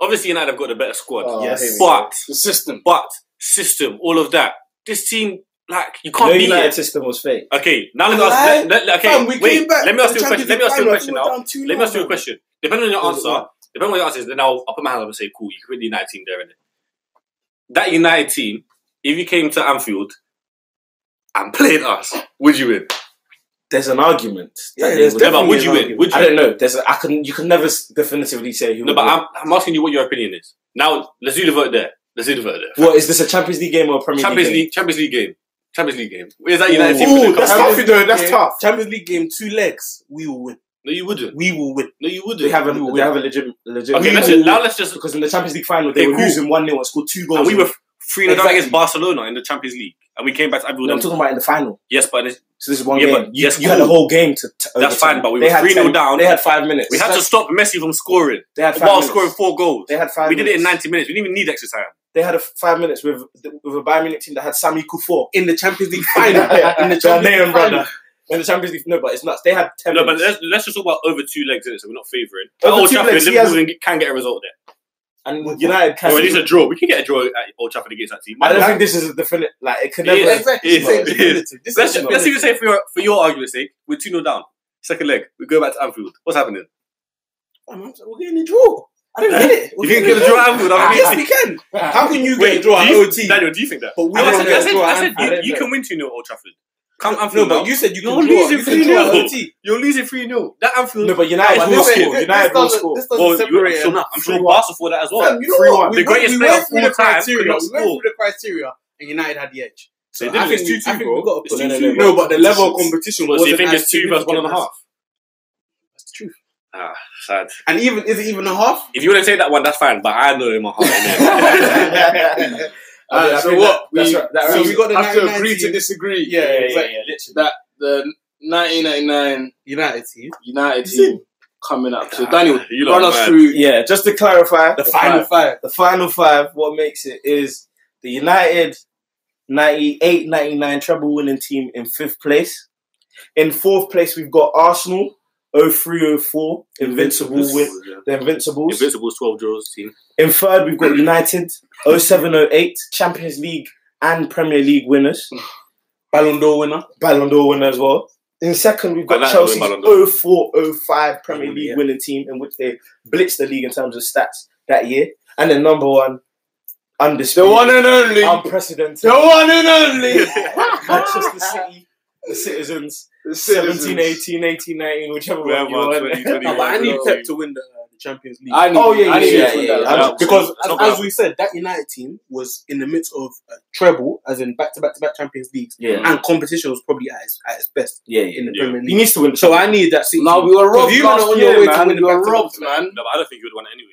obviously United have got a better squad.
Oh,
Yes.
here we go.
but
The system.
but system, all of that. This team, like, you can't
no
beat
United
it.
system was fake.
Okay, now let me
Lie.
ask. Let, let, okay,
Fam, we
wait.
came back
Let me
to
ask you a
the
question.
Champions
Let me ask you a
League final,
question now.
we were down two
Let me ask you a
nil.
question. Depending on your
Oh, yeah.
answer, depending on your answer is, then I'll, I'll put my hand up and say, "Cool, you can put the United team there in it." That United team, if you came to Anfield and played us, would you win?
There's an argument.
Yeah,
that they
there's
would-
Yeah, but
Definitely
would you
an
win?
argument.
Would you?
I don't know. There's a, I can you can never s- definitively say who.
No,
would
but
win.
I'm, I'm asking you what your opinion is. Now, let's do the vote there. Let's do the vote there.
what is this a Champions League game or a Premier
Champions
League?
League, Champions League game. Champions League game. Is that United
Ooh,
team? gonna
Ooh,
come
that's
out?
tough, you know. That's
Yeah.
tough. Champions League game, two legs. We will win.
No, you wouldn't.
We will win.
No, you wouldn't.
They have a
You
they
wouldn't.
have a legit legit.
Okay,
we
let's
will
just, now
win.
let's just.
because in the Champions League final they
Okay,
were
cool.
losing one 0 and scored two goals.
And we were three and
Exactly.
against Barcelona in the Champions League, and we came back to Anfield.
No, I'm
and
talking about in the final.
yes, but it's-
So this is one
Yeah,
game.
but-
you
yes,
you had a
cool.
whole game to. to
That's
overturn.
fine, but we
They
were
had
3-0
10
down.
They had five minutes.
we had to stop Messi from scoring
They had five
while
minutes.
scoring four goals.
They had five.
We did it in
minutes.
90 minutes. We didn't even need extra time.
They had a f- five minutes with with a Bayern Munich team that had Sami Kufour.
In the Champions League final. In the Champions League
Ghanaian
final.
brother. In the Champions League, no, but it's nuts. They had ten.
No, but
minutes.
let's, let's just talk about over two legs in it, so we're not favouring. At
Over
Old
two
Trafford,
legs, he
Liverpool can get a result there.
and United. Can
Or at least a draw. We can get a draw at Old Trafford against that team.
I don't think this is a definite. Like it could
It
never.
is.
Exactly.
It is.
It's
It is.
definitive. This is
Let's,
definitive.
let's even say for your for your argument's sake, we're two 0 down. Second leg, we go back to Anfield. What's happening?
I'm- I'm- We're getting a draw. I don't get it.
You can get a draw at Anfield. I mean,
Yes, we can. How can you get a draw at
do you,
OT?
Daniel, do you think that?
But we
I,
don't
said,
get
I
a
said,
draw
I
at
said
Anfield.
you, you can win two 0 at Old Trafford. Come
No,
Anfield now.
but you said you
You're
can draw.
losing
You can draw at
3-0.
OT.
You're losing three 0 That Anfield.
No, but United
But
will
this-
score. United will
doesn't-
score.
This
Well,
doesn't
you, I'm
separate
sure,
us.
I'm sure Barca for that as well.
Fam, you know
Three-one.
what? We
The
went-
greatest
we
player
went
of
through
all
the
time
criteria.
could not
We went
score.
through the criteria, and United had the edge.
So
So
it didn't
I think
lose
we-
2-2,
I think
bro.
we got
It's
to put
2-2.
No, but the level of competition
Well, so you
wasn't
think
as
it's two versus one and a
significant
half?
as- That's true.
Ah, sad.
And even is it even a half?
If you want to take that one, that's fine. But I know in my heart. innit?
Alright,
Oh, I
so
think
what?
that-
we,
that's right, that
so
rounds
we
it.
got the
Have to
have to
agree
agree
to
to disagree.
Yeah, yeah, yeah,
That the 1999
United team.
United team coming up. So Daniel,
You lot
run
are
us
mad.
through.
Yeah, just to clarify,
The final five.
the final five, what makes it is the United 98 99 treble winning team in fifth place. In fourth place, we've got Arsenal 03 04, Invincible win. The Invincibles.
Invincibles twelve draws team.
In third, we've got United 07 08, Champions League and Premier League winners.
Ballon d'Or winner.
Ballon d'Or winner as well. In second, we've got
But that-
Chelsea's
but I'm-
04 05 Premier League
Yeah.
winning team, in which they blitzed the league in terms of stats that year. And then number one, undisputed,
and only.
unprecedented
one and only.
Manchester City, the Citizens, 17, 18, 18, 19, whichever one you want.
No, but I need
Yeah.
Pep to win the, uh, the Champions League.
I need,
Oh, yeah,
I need
yeah,
to win
yeah,
that.
yeah.
I
Yeah.
need to-
because
It's not
as, as
bad.
we said, that United team was in the midst of a treble, as in back-to-back to back Champions Leagues,
Yeah,
and competition was probably at its, at its best
yeah,
in
yeah.
the
Yeah.
Premier
He
League.
needs to win.
So I need that season.
No, we were robbed
you
last
man are on
year,
your way to
man.
winning
we were
back-to-back
robbed,
to
man.
No, but I don't think you would win anyway.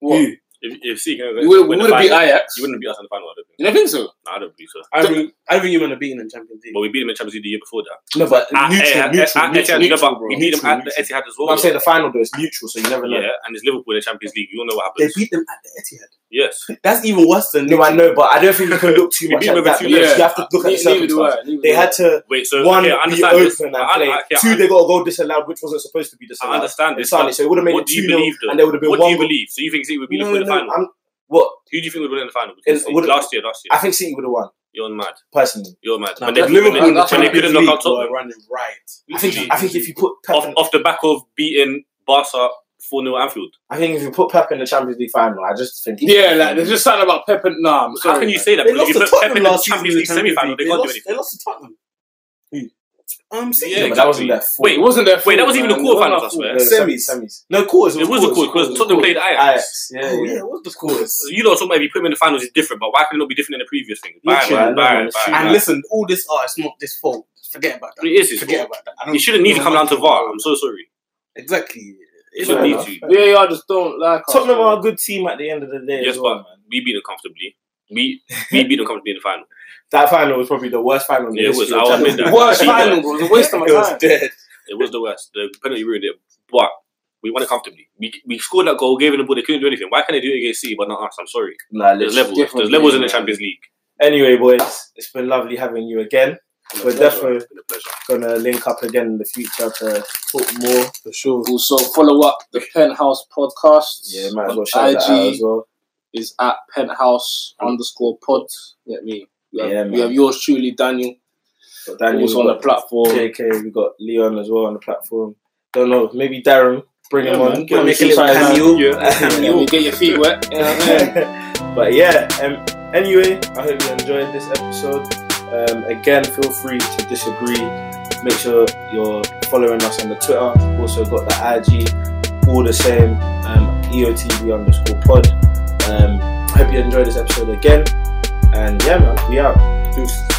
What?
Who?
If, if City
We would, we
win the
would have beat
final,
Ajax.
you wouldn't beat us in the final. I don't think.
You don't think so?
No, I don't believe so.
I don't think- I don't think you man are beating in Champions League.
But we beat them in Champions League the year before that. Ah, eh,
No,
At-
but neutral,
at-
neutral,
at- at
neutral,
Etihad,
neutral,
remember,
bro.
we beat them at
Neutral,
the
neutral.
Etihad as
But
well.
I'm saying the final though is neutral, so you never know.
yeah, and it's Liverpool in the Champions League. You all know what
They
happens.
beat them at the Etihad.
yes,
That's even worse than
No, I know, but I don't think you can look too
You
much
beat
at
them
that.
with two
because You
legs.
have to look at the
Neither do
circumstances.
I, neither
They
do I.
had to
wait. So
one
okay, I
be
understand
open
this.
and
I- I-
play.
okay, I-
Two, they got a goal disallowed, which wasn't supposed to be disallowed.
I understand
And
this.
Sunday, so it would have made
What
it
do you
two 0
believe, though?
and there would have been
What do
one.
you believe? So you think City would beat
goal-
Liverpool in the
No, no,
final?
I'm- what?
Who do you think would win in the final?
In-
Because they-
would-
last year, last year,
I think City would have won
you're mad.
personally.
You're mad.
No,
when they,
but
when
Liverpool
they,
in the
when they couldn't
Champions
knock
League
out
were
Tottenham,
running riot.
I think. I think if you put Pep,
off,
in,
off the back of beating Barca four 0 Anfield,
I think if you put Pep in the Champions League final, I just think.
Yeah, like there's just something about Pep and Nah, I'm sorry.
how can you
man.
say that?
They
Because
lost
if
to
you put Pep
Tottenham
in the
last season
Champions
in the
League
Champions
semi-final,
League.
they
They
can't do
lost.
anything.
They lost to Tottenham. Mm. Um, I'm
Yeah,
Yeah,
saying
but that
exactly.
wasn't their fault.
Wait,
It wasn't their
Wait, that
fault,
wasn't even
man.
a quarter
It wasn't
finals,
our
I
No,
swear.
semis, semis.
no quarters.
It was a call because Tottenham played Ajax.
Ajax, yeah,
Oh
yeah.
yeah, what's the scores?
You lot, somebody if you put him in the finals is different, but why can it not be different than the previous thing?
Literally,
Bayern,
I
Bayern,
know,
Bayern,
it's true.
Bayern.
And listen, all this art is not this fault. Forget about
It
that.
is his
Forget
fault.
about that. I don't-
It shouldn't need to come down to VAR. I'm so sorry.
Exactly.
It
It's
shouldn't
Fair
need
enough.
to.
Yeah, yeah, I just don't like us,
Tottenham
man.
are a good team at the end of the day.
Yes,
as well,
but
man.
we beat them comfortably. We we beat them comfortably in the final.
that final was probably the worst final. in the
Yeah, it was.
history of
I'll
Champions
admit that.
Worst
Cheaper.
final, bro. It was a waste of my
It was
time.
dead.
It was the worst. The penalty ruined it, but we won it comfortably. We, we scored that goal, gave it the ball. They couldn't do anything. Why can't they do it against City but not us? I'm sorry.
Nah,
There's
listen.
levels.
different
There's levels in the
game,
Champions League.
Anyway, boys, it's been lovely having you again. We're definitely-
It's been a pleasure.
Gonna link up again in the future to talk more.
for sure.
Also, follow up the Penthouse podcast.
Yeah, might as well
On
shout that out
IG
as well.
is at Penthouse underscore pod. Get me. We have,
Yeah,
we
man.
have yours truly, Daniel,
But Daniel
who's on the platform.
JK, we got Leon as well on the platform. Don't know, maybe Darren, bring him
Yeah,
on.
man.
Give him
Make a
some
little
time.
cameo.
Yeah,
Cameo.
you get your feet wet. You know what I mean?
but yeah, um, anyway, I hope you enjoyed this episode. Um, again, feel free to disagree. Make sure you're following us on the Twitter. Also got the IG, all the same, um, EOTV underscore pod. Um, I hope you enjoyed this episode again. And yeah, man, we out. Deuces.